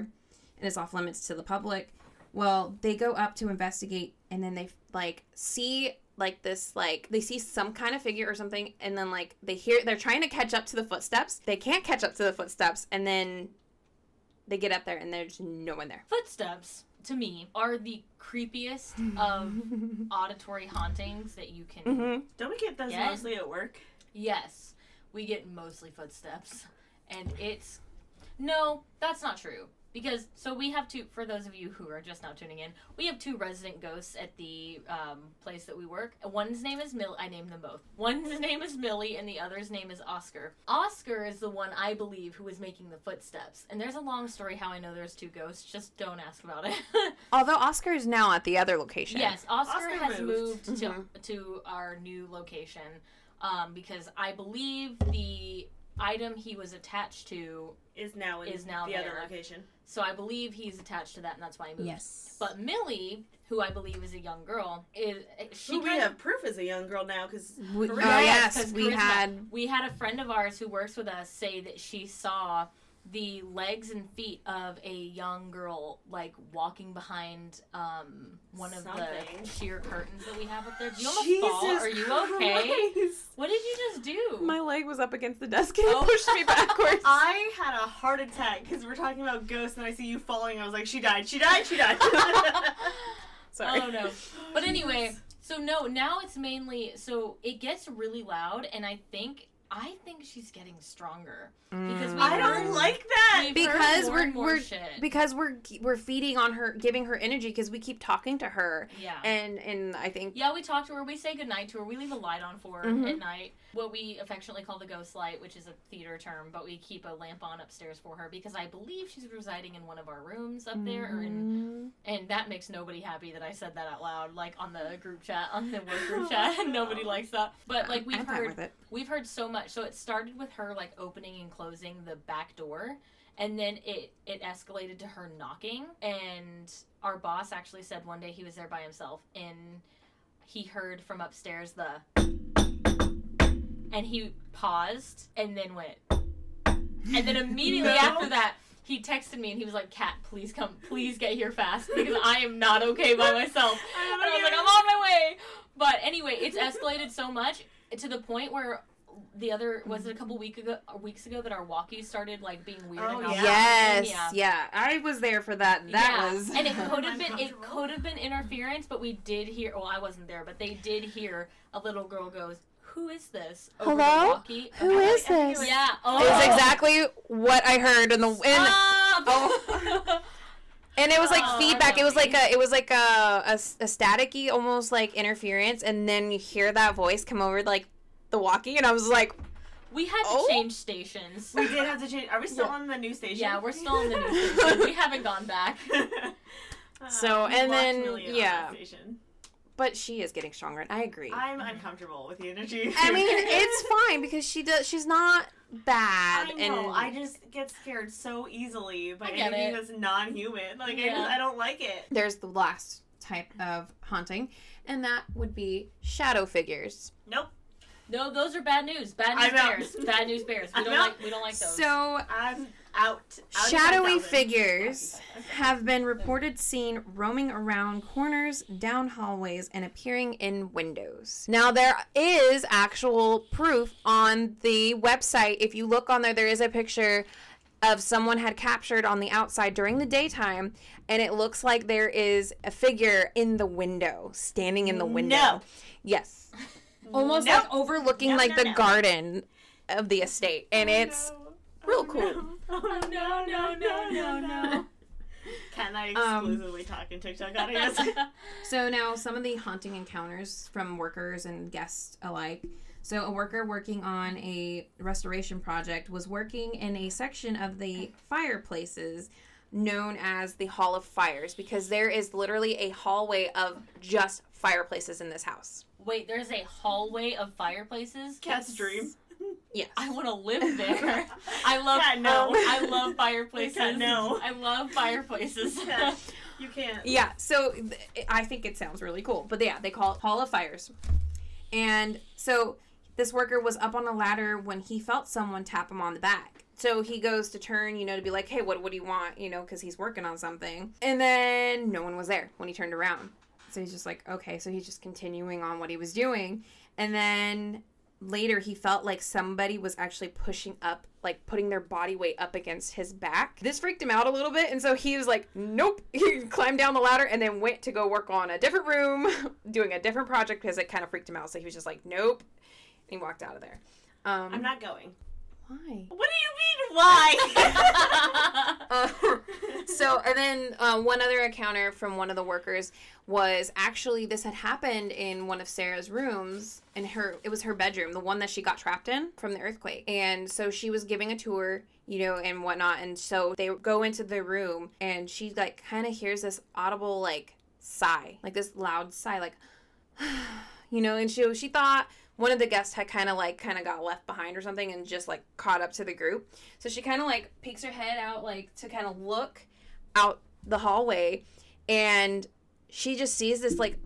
Speaker 2: and it's off limits to the public. Well, they go up to investigate, and then they like see like this like they see some kind of figure or something, and then like they hear they're trying to catch up to the footsteps. They can't catch up to the footsteps, and then they get up there, and there's no one there.
Speaker 6: Footsteps, to me, are the creepiest of auditory hauntings that you can.
Speaker 2: hmm
Speaker 3: Don't we get those
Speaker 6: Yeah.
Speaker 3: mostly at work?
Speaker 6: Yes, we get mostly footsteps, and it's no, that's not true. Because so we have two. For those of you who are just now tuning in, we have two resident ghosts at the um, place that we work. One's name is Mill. I named them both. One's name is Millie, and the other's name is Oscar. Oscar is the one I believe who was making the footsteps. And there's a long story how I know there's two ghosts. Just don't ask about it.
Speaker 2: Although Oscar is now at the other location.
Speaker 6: Yes, Oscar,
Speaker 3: Oscar
Speaker 6: has moved,
Speaker 3: moved.
Speaker 6: to to our new location um, because I believe the item he was attached to.
Speaker 3: Is now in
Speaker 6: Is now
Speaker 3: the other
Speaker 6: there.
Speaker 3: location.
Speaker 6: So I believe he's attached to that, and that's why I moved. But Millie, who I believe is a young girl, is she
Speaker 3: Who we
Speaker 6: kind of-
Speaker 3: have proof is a young girl now because
Speaker 2: We, oh,
Speaker 3: Charisma.
Speaker 2: yes,
Speaker 6: 'cause
Speaker 2: we
Speaker 6: charisma.
Speaker 2: had.
Speaker 6: we had a friend of ours who works with us say that she saw the legs and feet of a young girl like walking behind um, one of
Speaker 3: Something.
Speaker 6: the sheer curtains that we have up there. Did you almost fall? Are you okay? What did you just do?
Speaker 2: leg was up against the desk
Speaker 6: and it Oh. pushed me backwards.
Speaker 3: I had a heart attack because we're talking about ghosts and I see you falling. I was like, she died, she died, she died.
Speaker 6: I don't know. Oh, But anyway, so no, now it's mainly so it gets really loud, and I think I think she's getting stronger because we
Speaker 3: Mm. I
Speaker 6: heard-
Speaker 3: don't like that.
Speaker 6: we've
Speaker 2: Because
Speaker 6: heard more
Speaker 2: we're-
Speaker 6: and more
Speaker 2: we're-
Speaker 6: shit.
Speaker 2: because we're we're feeding on her, giving her energy because we keep talking to her,
Speaker 6: yeah.
Speaker 2: and and I think
Speaker 6: yeah, we talk to her. We say goodnight to her. We leave a light on for her
Speaker 2: Mhm.
Speaker 6: at night, what we affectionately call the ghost light, which is a theater term, but we keep a lamp on upstairs for her because I believe she's residing in one of our rooms up there, or in And that makes nobody happy that I said that out loud, like on the group chat, on the work group chat. nobody likes that. But like we've
Speaker 2: I'm fine
Speaker 6: heard,
Speaker 2: with it.
Speaker 6: we've heard so much. So it started with her like opening and closing the back door, and then it it escalated to her knocking. And our boss actually said one day he was there by himself, and he heard from upstairs the, and he paused and then went, and then immediately
Speaker 3: No.
Speaker 6: after that he texted me and he was like, "Cat, please come, please get here fast because I am not okay by myself." And I was like, "I'm on my way." But anyway, it's escalated so much to the point where the other was it a couple week ago weeks ago that our walkies started like being weird.
Speaker 3: Oh,
Speaker 6: and all
Speaker 3: yeah.
Speaker 6: that.
Speaker 2: Yes, yeah. I was there for that. That
Speaker 6: Yeah.
Speaker 2: was
Speaker 6: and it could have been it
Speaker 3: Uncomfortable.
Speaker 6: could have been interference, but we did hear. Well, I wasn't there, but they did hear a little girl goes, "Who is this?" over the
Speaker 2: Hello?
Speaker 6: walkie.
Speaker 2: Who
Speaker 6: Okay.
Speaker 2: is this?
Speaker 6: Yeah. Oh.
Speaker 2: It was exactly what I heard in the in,
Speaker 6: Stop!
Speaker 2: oh. And it was like
Speaker 6: Oh,
Speaker 2: feedback. It was like
Speaker 6: really?
Speaker 2: a, it was like a, a, s- a staticky, almost like interference. And then you hear that voice come over like the walkie, and I was like,
Speaker 6: We had to
Speaker 2: Oh.
Speaker 6: change stations.
Speaker 3: We did have to change. Are we still
Speaker 6: Yeah.
Speaker 3: on the new station?
Speaker 6: Yeah, we're still in the new station. We haven't gone back.
Speaker 2: So,
Speaker 3: we
Speaker 2: and
Speaker 3: walked
Speaker 2: then-
Speaker 3: Uh, Millie in on
Speaker 2: yeah.
Speaker 3: that station.
Speaker 2: but she is getting stronger, and I agree. I,
Speaker 3: I'm uncomfortable with the energy.
Speaker 2: mean, it's fine because she does. She's not bad.
Speaker 3: I know.
Speaker 2: And
Speaker 3: I just get scared so easily by
Speaker 6: I get
Speaker 3: anything
Speaker 6: it.
Speaker 3: that's non-human. Like I,
Speaker 6: Yeah.
Speaker 3: just, I don't like it.
Speaker 2: there's the last type of haunting, and that would be shadow figures.
Speaker 3: Nope.
Speaker 6: No, those are bad news. Bad news
Speaker 3: I'm out.
Speaker 6: bears. Bad news bears. We
Speaker 3: I'm
Speaker 6: don't
Speaker 3: out.
Speaker 6: like we don't like those.
Speaker 2: So
Speaker 3: I'm out. out of
Speaker 2: Shadowy
Speaker 3: 10,000.
Speaker 2: figures have been reported seen roaming around corners, down hallways, and appearing in windows. Now, there is actual proof on the website. If you look on there, there is a picture of someone had captured on the outside during the daytime, and it looks like there is a figure in the window, standing in the window.
Speaker 3: No.
Speaker 2: Yes. Almost
Speaker 3: No.
Speaker 2: like overlooking
Speaker 3: No,
Speaker 2: like
Speaker 3: no,
Speaker 2: the
Speaker 3: no.
Speaker 2: garden of the estate, and it's
Speaker 3: No.
Speaker 2: real
Speaker 3: Oh,
Speaker 2: cool.
Speaker 3: no. Oh,
Speaker 6: no, no, no, no, no.
Speaker 3: Can I
Speaker 2: Um,
Speaker 3: exclusively talk in TikTok audience?
Speaker 2: So now some of the haunting encounters from workers and guests alike. So a worker working on a restoration project was working in a section of the fireplaces known as the Hall of Fires because there is literally a hallway of just fireplaces in this house.
Speaker 6: Wait, there's a hallway of fireplaces.
Speaker 3: Cat's dream.
Speaker 2: Yes.
Speaker 6: I want to live there. I love.
Speaker 3: Cat, no.
Speaker 6: I love fireplaces.
Speaker 3: Cat, no.
Speaker 6: I love fireplaces.
Speaker 3: Cat, You can't.
Speaker 2: Yeah, so th- I think it sounds really cool. But yeah, they call it Hall of Fires. And so this worker was up on a ladder when he felt someone tap him on the back. So he goes to turn, you know, to be like, hey, what, what do you want? You know, because he's working on something. And then no one was there when he turned around. So he's just like, okay. So he's just continuing on what he was doing. And then later he felt like somebody was actually pushing up, like putting their body weight up against his back. This freaked him out a little bit. And so he was like, nope. He climbed down the ladder and then went to go work on a different room, doing a different project because it kind of freaked him out. So he was just like, nope. And he walked out of there. Um,
Speaker 3: I'm not going.
Speaker 2: why?
Speaker 3: What do you mean, why?
Speaker 2: Uh, so, and then uh, one other encounter from one of the workers was actually this had happened in one of Sarah's rooms in her it was her bedroom, the one that she got trapped in from the earthquake. And so she was giving a tour, you know, and whatnot. And so they go into the room, and she like kind of hears this audible like sigh, like this loud sigh, like you know. And she she thought. One of the guests had kind of like kind of got left behind or something and just like caught up to the group. So she kind of like peeks her head out, like to kind of look out the hallway, and she just sees this like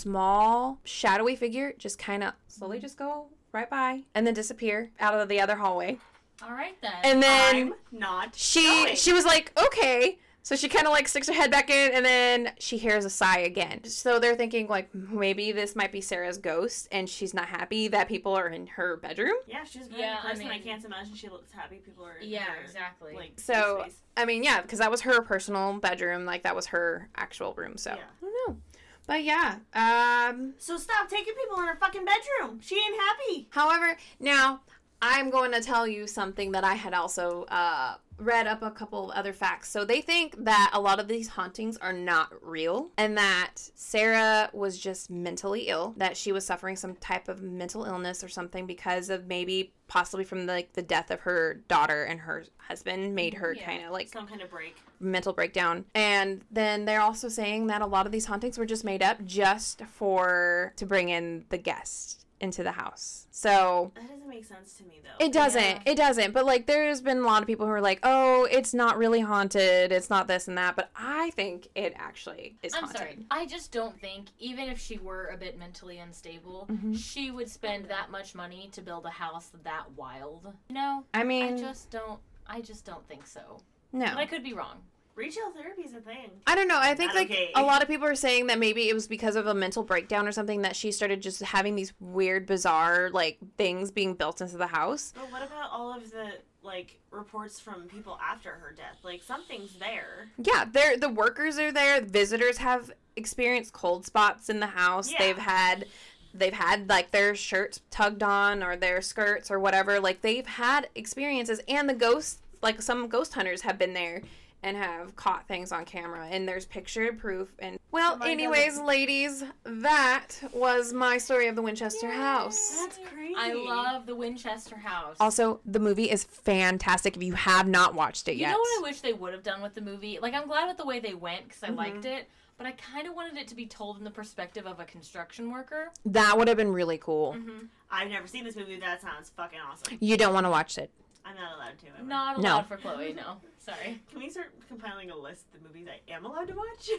Speaker 2: small shadowy figure just kind of slowly just go right by and then disappear out of the other hallway.
Speaker 6: All right then.
Speaker 2: And then
Speaker 3: I'm not.
Speaker 2: she
Speaker 3: going.
Speaker 2: she was like, okay. So she kind of like sticks her head back in, and then she hears a sigh again. So they're thinking like maybe this might be Sarah's ghost, and she's not happy that people are in her bedroom.
Speaker 3: Yeah, she's a
Speaker 6: Yeah,
Speaker 3: yeah,
Speaker 6: I
Speaker 3: person. I,
Speaker 6: mean-
Speaker 3: can't imagine she looks happy. People are. in
Speaker 6: yeah,
Speaker 3: her,
Speaker 6: exactly.
Speaker 3: Like
Speaker 2: So-
Speaker 3: space.
Speaker 2: I mean, yeah, because that was her personal bedroom. Like that was her actual room. So
Speaker 3: Yeah.
Speaker 2: I don't know. But yeah. Um,
Speaker 3: So stop taking people in her fucking bedroom. She ain't happy.
Speaker 2: however, now I'm going to tell you something that I had also uh, read up a couple of other facts. So they think that a lot of these hauntings are not real and that Sarah was just mentally ill, that she was suffering some type of mental illness or something because of maybe possibly from like the death of her daughter and her husband made her
Speaker 6: Yeah.
Speaker 2: kind of like
Speaker 3: Some kind of break.
Speaker 2: mental breakdown. And then they're also saying that a lot of these hauntings were just made up just for to bring in the guests into the house. So
Speaker 3: That doesn't make sense to me though.
Speaker 2: it doesn't.
Speaker 6: Yeah.
Speaker 2: It doesn't. But like there's been a lot of people who are like, "Oh, it's not really haunted. It's not this and that." But I think it actually is
Speaker 6: I'm
Speaker 2: haunted.
Speaker 6: sorry. I just don't think, even if she were a bit mentally unstable,
Speaker 3: Mm-hmm.
Speaker 2: Mhm.
Speaker 6: she would spend that much money to build a house that wild. No,
Speaker 2: I mean,
Speaker 6: I just don't. I just don't think so.
Speaker 2: no.
Speaker 6: But I could be wrong.
Speaker 3: Retail therapy is a thing.
Speaker 2: I don't know. I think
Speaker 3: Not
Speaker 2: like
Speaker 3: okay.
Speaker 2: a lot of people are saying that maybe it was because of a mental breakdown or something that she started just having these weird bizarre like things being built into the house.
Speaker 3: But what about all of the like reports from people after her death? Like something's there.
Speaker 2: Yeah, they're the workers are there. Visitors have experienced cold spots in the house.
Speaker 3: Yeah.
Speaker 2: They've had they've had like their shirts tugged on or their skirts or whatever. Like they've had experiences and the ghosts like some ghost hunters have been there and have caught things on camera and there's picture proof and
Speaker 6: Oh
Speaker 2: well
Speaker 3: Mine
Speaker 2: anyways
Speaker 3: doesn't.
Speaker 2: ladies that was my story of the winchester house
Speaker 3: That's crazy.
Speaker 6: I love the Winchester House.
Speaker 2: also the movie is fantastic if you have not watched it
Speaker 6: you
Speaker 2: yet
Speaker 6: know what I wish they would have done with the movie? Like, I'm glad with the way they went because I
Speaker 2: Mm-hmm.
Speaker 6: liked it, but I kind of wanted it to be told in the perspective of a construction worker.
Speaker 2: that would have been really cool
Speaker 6: Mm-hmm.
Speaker 3: I've never seen this movie. That sounds fucking awesome.
Speaker 2: you don't want to watch it
Speaker 3: I'm not allowed to. am I?
Speaker 6: Not
Speaker 2: No.
Speaker 6: allowed for Chloe. No, sorry.
Speaker 3: Can we start compiling a list of the movies I am allowed to watch?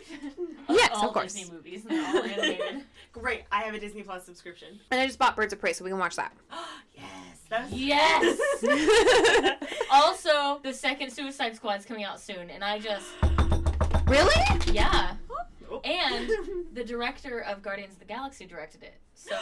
Speaker 2: Yes,
Speaker 6: all
Speaker 2: of course.
Speaker 6: Disney movies, they're all animated.
Speaker 3: Great. I have a Disney Plus subscription.
Speaker 2: And I just bought Birds of Prey, so we can watch that.
Speaker 3: yes. That was-
Speaker 6: yes. Also, the second Suicide Squad's coming out soon, and I just
Speaker 2: really?
Speaker 6: yeah.
Speaker 3: Oh.
Speaker 6: And the director of Guardians of the Galaxy directed it. So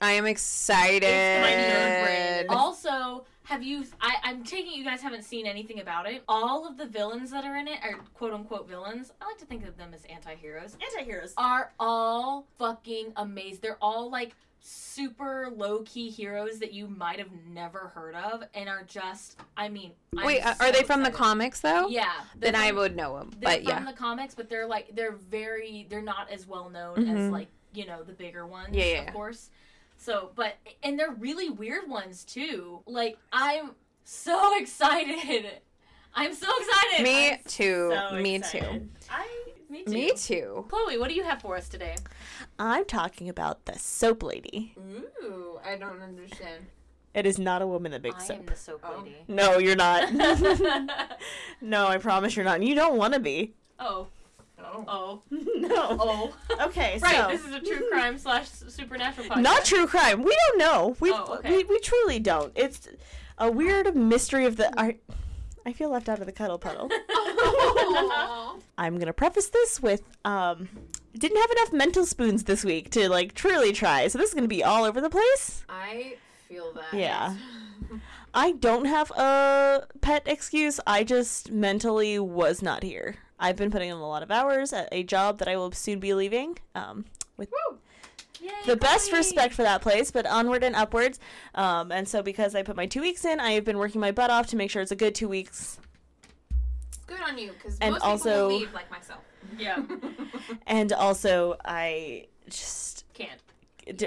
Speaker 2: I am excited.
Speaker 3: It's my nerd brain.
Speaker 6: also, have you? I, I'm taking it you guys haven't seen anything about it. All of the villains that are in it are quote unquote villains. I like to think of them as anti-heroes.
Speaker 3: Anti-heroes.
Speaker 6: Are all fucking amazing. They're all like super low key heroes that you might have never heard of and are just, I mean, I'm
Speaker 9: Wait, uh,
Speaker 6: so
Speaker 9: are they from the
Speaker 6: excited.
Speaker 9: comics though?
Speaker 6: Yeah,
Speaker 9: Then I
Speaker 6: would.
Speaker 9: would know them.
Speaker 6: they're
Speaker 9: But
Speaker 6: from
Speaker 9: yeah.
Speaker 6: the comics, but they're like they're very they're not as well known as
Speaker 9: Mhm.
Speaker 6: like you know the bigger ones,
Speaker 9: Yeah, yeah,
Speaker 6: of
Speaker 9: yeah.
Speaker 6: course. So, but and they're really weird ones too. Like I'm so excited. I'm so excited.
Speaker 9: Me
Speaker 6: I'm-
Speaker 3: Oh,
Speaker 9: too.
Speaker 10: So
Speaker 9: Me
Speaker 10: excited.
Speaker 9: too.
Speaker 10: I
Speaker 6: me too.
Speaker 9: Me too.
Speaker 6: Chloe, what do you have for us today?
Speaker 3: I'm talking about the soap lady.
Speaker 2: Ooh, I don't understand.
Speaker 3: It is not a woman that
Speaker 6: I
Speaker 3: makes
Speaker 6: am
Speaker 3: soap.
Speaker 6: the soap
Speaker 2: Oh.
Speaker 6: lady.
Speaker 3: No, you're not. no, I promise you're not. And you don't want to be.
Speaker 6: oh,
Speaker 2: Oh.
Speaker 6: oh,
Speaker 3: No.
Speaker 6: oh!
Speaker 3: Okay,
Speaker 6: Right,
Speaker 3: so.
Speaker 6: this is a true crime slash supernatural podcast.
Speaker 3: not true crime. We don't know. We,
Speaker 6: Oh, okay.
Speaker 3: we we truly don't. It's a weird mystery of the. I, I feel left out of the cuddle puddle. I'm gonna preface this with um, didn't have enough mental spoons this week to like truly try, so this is gonna be all over the place.
Speaker 2: I feel that.
Speaker 3: Yeah. I don't have a pet excuse. I just mentally was not here. I've been putting in a lot of hours at a job that I will soon be leaving. Um, with
Speaker 6: Yay,
Speaker 3: the best
Speaker 6: Chloe.
Speaker 3: respect for that place, but onward and upwards. Um, and so because I put my two weeks in, I have been working my butt off to make sure it's a good two weeks.
Speaker 2: Good on you, because
Speaker 3: And
Speaker 2: most
Speaker 3: also-
Speaker 2: people will leave like myself.
Speaker 6: Yeah,
Speaker 3: And also, I just
Speaker 6: can't.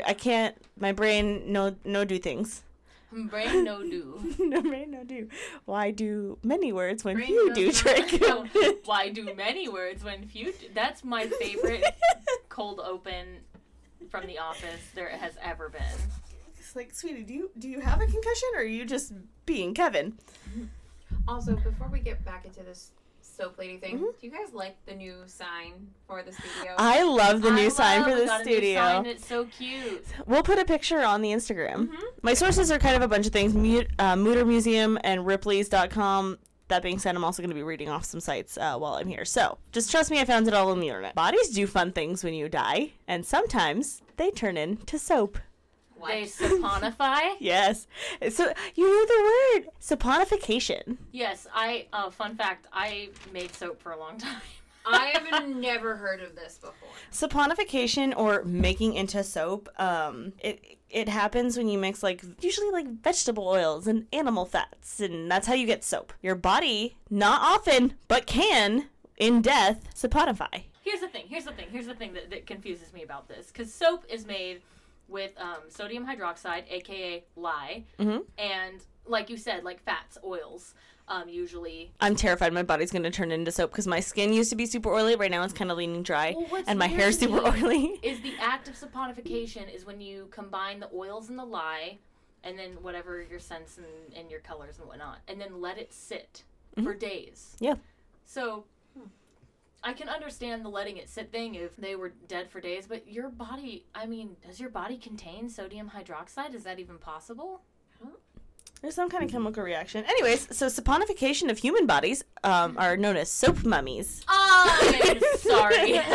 Speaker 3: I can't. My brain no no do things.
Speaker 6: Brain no do.
Speaker 3: no brain no do. Why do many words when
Speaker 2: Brain
Speaker 3: few do
Speaker 2: does not
Speaker 3: trick?
Speaker 6: know. Why do many words when few? Do? That's my favorite cold open from The Office there has ever been.
Speaker 3: It's like, sweetie, do you do you have a concussion or are you just being Kevin?
Speaker 2: Also, before we get back into this soap lady thing, do you guys like the new sign for the studio?
Speaker 3: I love the new
Speaker 6: I
Speaker 3: sign
Speaker 6: love-
Speaker 3: for
Speaker 6: we
Speaker 3: the
Speaker 6: got a new
Speaker 3: studio.
Speaker 6: sign, it's so cute.
Speaker 3: We'll put a picture on the Instagram. My sources are kind of a bunch of things Mu- uh, Mooter Museum and Ripley's.com. That being said, I'm also going to be reading off some sites uh, while I'm here. So just trust me, I found it all on the internet. Bodies do fun things when you die, and sometimes they turn into soap.
Speaker 2: What?
Speaker 6: They saponify.
Speaker 3: Yes. So you knew the word saponification.
Speaker 6: yes, I. Uh, fun fact: I made soap for a long time.
Speaker 2: I have never heard of this before.
Speaker 3: saponification or making into soap um it it happens when you mix like usually like vegetable oils and animal fats and that's how you get soap your body not often but can in death saponify
Speaker 6: Here's the thing. Here's the thing. Here's the thing that, that confuses me about this because soap is made with um, sodium hydroxide, aka lye,
Speaker 3: Mhm.
Speaker 6: and like you said, like fats, oils, um, usually.
Speaker 3: i'm terrified my body's going to turn into soap because my skin used to be super oily right now it's kind of leaning dry
Speaker 6: Well, what's
Speaker 3: and my
Speaker 6: weird
Speaker 3: hair's
Speaker 6: to
Speaker 3: super
Speaker 6: me
Speaker 3: oily
Speaker 6: is the act of saponification is when you combine the oils and the lye and then whatever your scents and, and your colors and whatnot and then let it sit for days
Speaker 3: Mm-hmm. Yeah.
Speaker 6: so i can understand the letting it sit thing if they were dead for days but your body i mean does your body contain sodium hydroxide is that even possible
Speaker 3: There's some kind of chemical reaction. Anyways, so saponification of human bodies um, are known as soap mummies.
Speaker 6: i'm sorry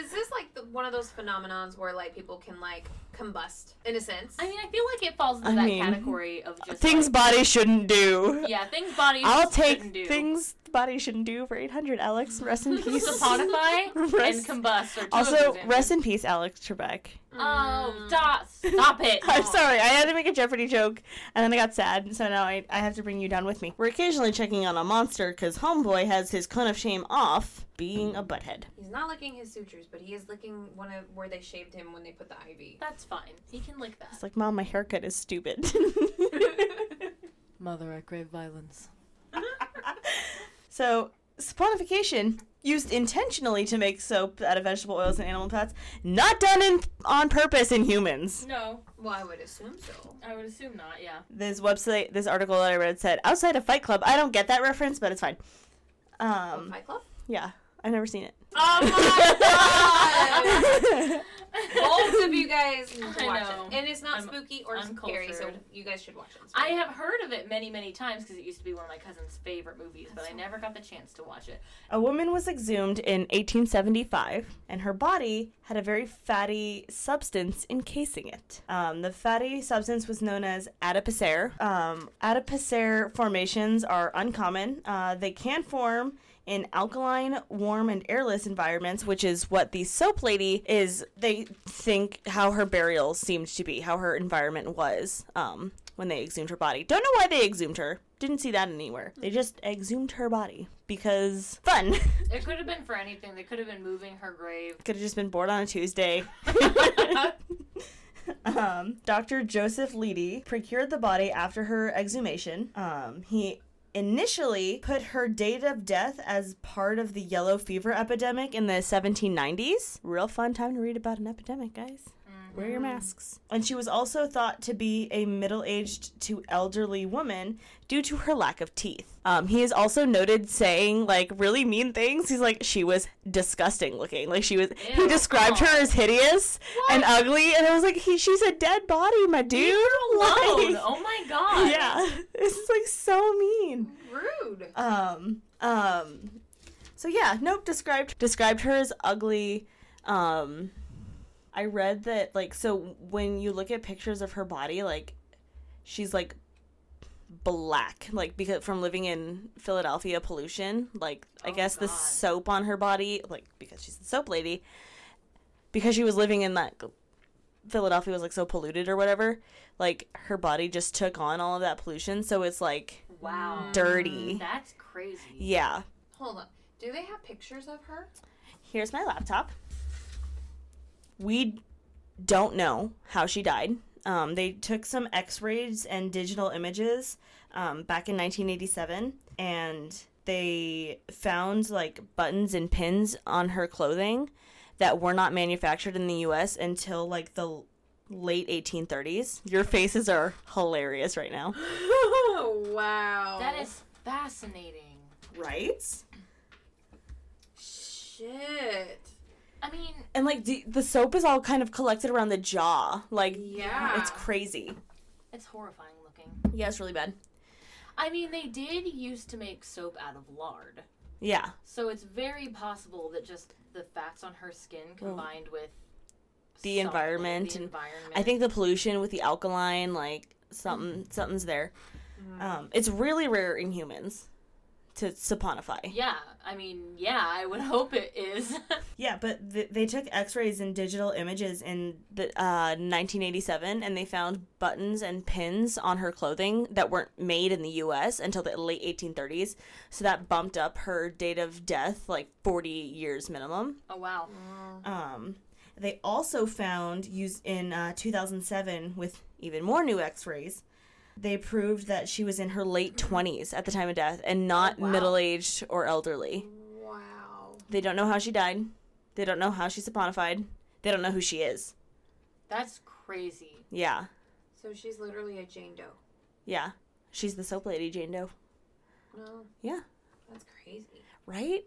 Speaker 2: Is this like the, one of those phenomenons where like people can like combust in a sense?
Speaker 6: i mean i feel like it falls into
Speaker 3: I
Speaker 6: that
Speaker 3: mean,
Speaker 6: category of just
Speaker 3: Things
Speaker 6: like-
Speaker 3: bodies shouldn't do.
Speaker 6: yeah things bodies
Speaker 3: I'll take
Speaker 6: shouldn't do.
Speaker 3: things the body shouldn't do for 800, Alex. Rest in peace.
Speaker 6: Saponify and
Speaker 3: Rest-
Speaker 6: combust are two
Speaker 3: also,
Speaker 6: of those
Speaker 3: rest in peace, Alex Trebek.
Speaker 2: Mm.
Speaker 6: examples. Oh, da- stop it.
Speaker 3: I'm sorry, I had to make a Jeopardy joke, and then I got sad, and so now I, I have to bring you down with me. We're occasionally checking on a monster because Homeboy has his cone of shame off being a butthead.
Speaker 2: He's not licking his sutures, but he is licking one of where they shaved him when they put the IV.
Speaker 6: That's fine. He can lick that.
Speaker 3: It's like, Mom, my haircut is stupid.
Speaker 6: Mother, I crave violence.
Speaker 3: So, saponification, used intentionally to make soap out of vegetable oils and animal fats, not done in, on purpose in humans.
Speaker 6: No,
Speaker 2: Well, I would assume so.
Speaker 6: I would assume not, yeah.
Speaker 3: This website, this article that I read said, outside of Fight Club, I don't get that reference, but it's fine. Um,
Speaker 2: Fight Club?
Speaker 3: yeah, I've never seen it. God!
Speaker 2: my
Speaker 6: Oh
Speaker 2: Both of you guys need to
Speaker 6: I
Speaker 2: watch
Speaker 6: know.
Speaker 2: it. And it's not
Speaker 6: I'm-
Speaker 2: spooky or
Speaker 6: I'm
Speaker 2: scary, so
Speaker 6: cultured.
Speaker 2: you guys should watch it. It's
Speaker 6: I
Speaker 2: fine.
Speaker 6: have heard of it many, many times because it used to be one of my cousin's favorite movies, but I never got the chance to watch it.
Speaker 3: a woman was exhumed in 1875, and her body had a very fatty substance encasing it. Um, the fatty substance was known as adipocere. Um, adipocere formations are uncommon. Uh, they can form in alkaline, warm, and airless environments, which is what the soap lady is. They think how her burial seemed to be, how her environment was um, when they exhumed her body. Don't know why they exhumed her. Didn't see that anywhere. They just exhumed her body because fun.
Speaker 6: It could have been for anything. They could have been moving her grave.
Speaker 3: Could have just been bored on a Tuesday. um, Dr. Joseph Leedy procured the body after her exhumation. Um, he initially put her date of death as part of the yellow fever epidemic in the 1790s. Real fun time to read about an epidemic, guys. Wear your masks. And she was also thought to be a middle aged to elderly woman due to her lack of teeth. Um, he is also noted saying like really mean things. He's like, she was disgusting looking. Like she was, he described her as hideous and ugly. And I was like, he, she's a dead body, my dude.
Speaker 6: Alone.
Speaker 3: Like,
Speaker 6: Oh my god.
Speaker 3: yeah, this is like so mean.
Speaker 2: Rude.
Speaker 3: Um, um, so yeah, nope. Described described her as ugly. Um, I read that like so when you look at pictures of her body, like she's like black, like because from living in Philadelphia pollution, like I guess the soap on her body, like because she's the soap lady, because she was living in that Philadelphia was like so polluted or whatever, like her body just took on all of that pollution, so it's like
Speaker 6: Wow.
Speaker 3: dirty.
Speaker 6: Mm. That's crazy.
Speaker 3: Yeah.
Speaker 2: Hold on. Do they have pictures of her?
Speaker 3: Here's my laptop. We don't know how she died. Um, they took some x rays and digital images um, back in 1987 and they found like buttons and pins on her clothing that were not manufactured in the US until like the l- late 1830s. Your faces are hilarious right now.
Speaker 2: Oh wow.
Speaker 6: That is fascinating.
Speaker 3: Right?
Speaker 2: shit.
Speaker 6: I mean,
Speaker 3: And like the, the soap is all kind of collected around the jaw. Like,
Speaker 2: Yeah.
Speaker 3: it's crazy.
Speaker 6: it's horrifying looking.
Speaker 3: Yeah, it's really bad.
Speaker 6: I mean, they did used to make soap out of lard.
Speaker 3: Yeah.
Speaker 6: So it's very possible that just the fats on her skin combined with
Speaker 3: Oh. The environment
Speaker 6: the
Speaker 3: and-
Speaker 6: environment.
Speaker 3: I think the pollution with the alkaline, like something, something's there.
Speaker 6: Mm-hmm.
Speaker 3: Um, it's really rare in humans to saponify.
Speaker 6: Yeah, I mean, yeah, I would hope it is.
Speaker 3: Yeah, but th- they took X-rays and digital images in the uh, 1987, and they found buttons and pins on her clothing that weren't made in the U.S. until the late 1830s. So that bumped up her date of death like 40 years minimum.
Speaker 6: oh wow.
Speaker 3: Um, they also found use in uh, 2007 with even more new X-rays. They proved that she was in her late 20s at the time of death and not middle-aged or elderly.
Speaker 2: Wow.
Speaker 3: They don't know how she died. They don't know how she's saponified. They don't know who she is.
Speaker 6: That's crazy.
Speaker 3: Yeah,
Speaker 2: So she's literally a Jane Doe.
Speaker 3: yeah. She's the soap lady, Jane Doe.
Speaker 2: No.
Speaker 3: Yeah.
Speaker 2: That's crazy.
Speaker 3: Right?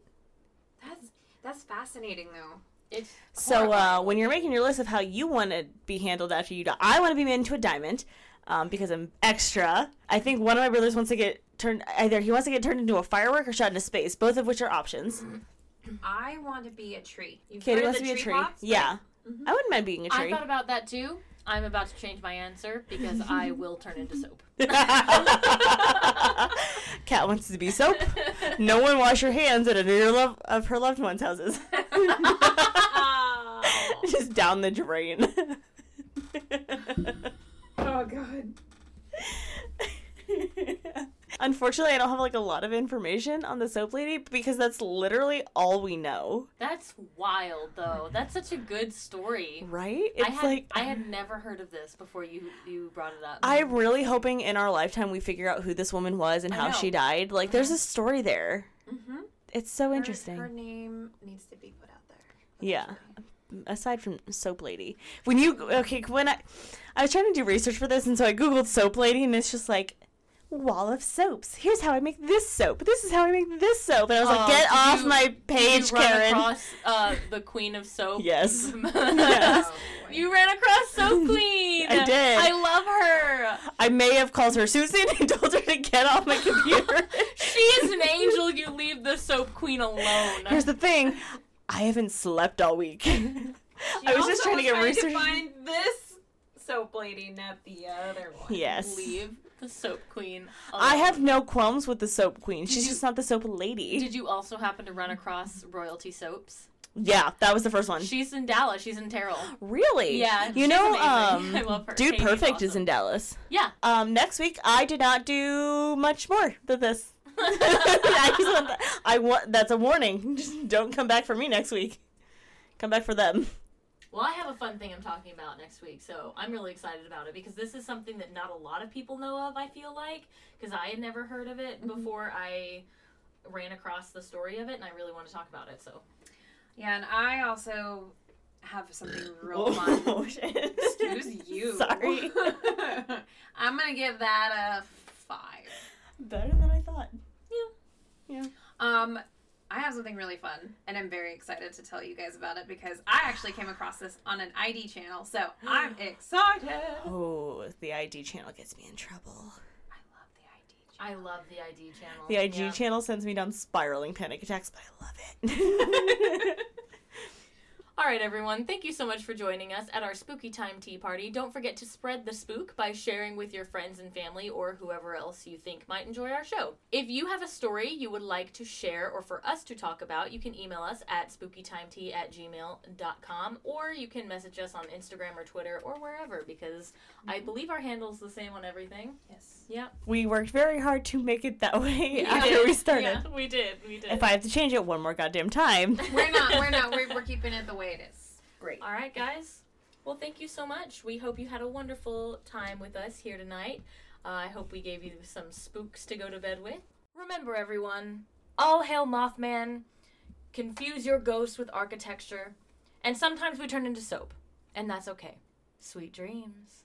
Speaker 2: That's that's fascinating though.
Speaker 6: It's
Speaker 3: So uh,
Speaker 6: horrifying.
Speaker 3: when you're making your list of how you want to be handled after you die, I want to be made into a diamond um, because I'm extra. I think one of my brothers wants to get turned either he wants to get turned into a firework or shot into space, both of which are options.
Speaker 2: I want to be a tree. You've
Speaker 3: Katie
Speaker 2: heard
Speaker 3: wants
Speaker 2: the
Speaker 3: to be a tree.
Speaker 2: pots?
Speaker 3: yeah, I wouldn't mind being a
Speaker 6: I
Speaker 3: tree.
Speaker 6: thought about that too. I'm about to change my answer because I will turn into soap.
Speaker 3: Cat wants to be soap. No one wash your hands at any of your love of her loved ones' houses. Just down the drain.
Speaker 2: Oh god.
Speaker 3: Unfortunately, I don't have like a lot of information on the soap lady because that's literally all we know,
Speaker 6: That's wild, though. That's such a good story.
Speaker 3: right?
Speaker 6: I
Speaker 3: It's
Speaker 6: had,
Speaker 3: like
Speaker 6: I had never heard of this before you you brought it up.
Speaker 3: I'm really hoping in our lifetime we figure out who this woman was and
Speaker 6: I
Speaker 3: how
Speaker 6: know. Uh-huh.
Speaker 3: she died. Like, there's a story there.
Speaker 2: Mm-hmm.
Speaker 3: It's so interesting.
Speaker 2: Her, name needs to be put out there.
Speaker 3: Yeah. Aside from soap lady, when you okay, when I I was trying to do research for this, and so I googled soap lady, and it's just like wall of soaps. Here's how I make this soap. This is how I make this soap. And I was
Speaker 6: Oh,
Speaker 3: like, get
Speaker 6: did
Speaker 3: off
Speaker 6: you-
Speaker 3: my page,
Speaker 6: you run
Speaker 3: Karen.
Speaker 6: across uh, the Queen of Soap.
Speaker 3: yes.
Speaker 6: Yes.
Speaker 2: Oh, boy.
Speaker 6: you ran across Soap Queen.
Speaker 3: I did.
Speaker 6: I love her.
Speaker 3: I may have called her Susan and told her to get off my computer.
Speaker 6: She is an angel. You leave the Soap Queen alone.
Speaker 3: Here's the thing I haven't slept all week. I was just
Speaker 2: Also
Speaker 3: trying to get
Speaker 2: trying
Speaker 3: research.
Speaker 2: find this soap lady, not the other one.
Speaker 3: yes.
Speaker 6: Leave the soap queen.
Speaker 3: I
Speaker 6: alone.
Speaker 3: have no qualms with the soap queen. She's
Speaker 6: you-
Speaker 3: just not the soap lady.
Speaker 6: Did you also happen to run across royalty soaps?
Speaker 3: yeah, that was the first one.
Speaker 6: She's in Dallas. She's in Terrell.
Speaker 3: really?
Speaker 6: Yeah,
Speaker 3: You
Speaker 6: she's
Speaker 3: know, um,
Speaker 6: amazing. I love her.
Speaker 3: Dude
Speaker 6: Katie's
Speaker 3: Perfect is
Speaker 6: awesome.
Speaker 3: in Dallas.
Speaker 6: Yeah.
Speaker 3: Um, next week I did not do much more than this. I, just want that- I want that's a warning. Just don't come back for me next week. Come back for them.
Speaker 6: Well, I have a fun thing I'm talking about next week, so I'm really excited about it because this is something that not a lot of people know of, I feel like, because I had never heard of it before I ran across the story of it, and I really want to talk about it, so.
Speaker 2: Yeah, and I also have something real fun.
Speaker 3: Oh, shit.
Speaker 2: Excuse you.
Speaker 3: Sorry.
Speaker 2: I'm gonna give that a five.
Speaker 3: Better than I thought.
Speaker 2: Um, I have something really fun, and I'm very excited to tell you guys about it because I actually came across this on an ID channel, so I'm excited. I
Speaker 3: Oh, the ID channel gets me in trouble.
Speaker 2: love the ID channel.
Speaker 6: I love the ID channel.
Speaker 3: The IG
Speaker 6: Yeah.
Speaker 3: channel sends me down spiraling panic attacks, but I love it.
Speaker 6: All right, everyone. Thank you so much for joining us at our spooky time tea party. Don't forget to spread the spook by sharing with your friends and family or whoever else you think might enjoy our show. If you have a story you would like to share or for us to talk about, you can email us at spookytimetea at gmail.com or you can message us on Instagram or Twitter or wherever because I
Speaker 3: Mm-hmm.
Speaker 6: believe our handle's the same on everything.
Speaker 2: Yes.
Speaker 3: we worked very hard to make it that way
Speaker 6: Yeah.
Speaker 3: after we started.
Speaker 6: Yeah, we did. We did.
Speaker 3: If I have to change it one more goddamn time.
Speaker 2: We're not. We're not. We're, we're keeping it the way it is.
Speaker 6: All right, guys. Well, thank you so much. We hope you had a wonderful time with us here tonight. Uh, I hope we gave you some spooks to go to bed with. Remember, everyone, all hail Mothman. Confuse your ghosts with architecture. And sometimes we turn into soap. And that's okay. Sweet dreams.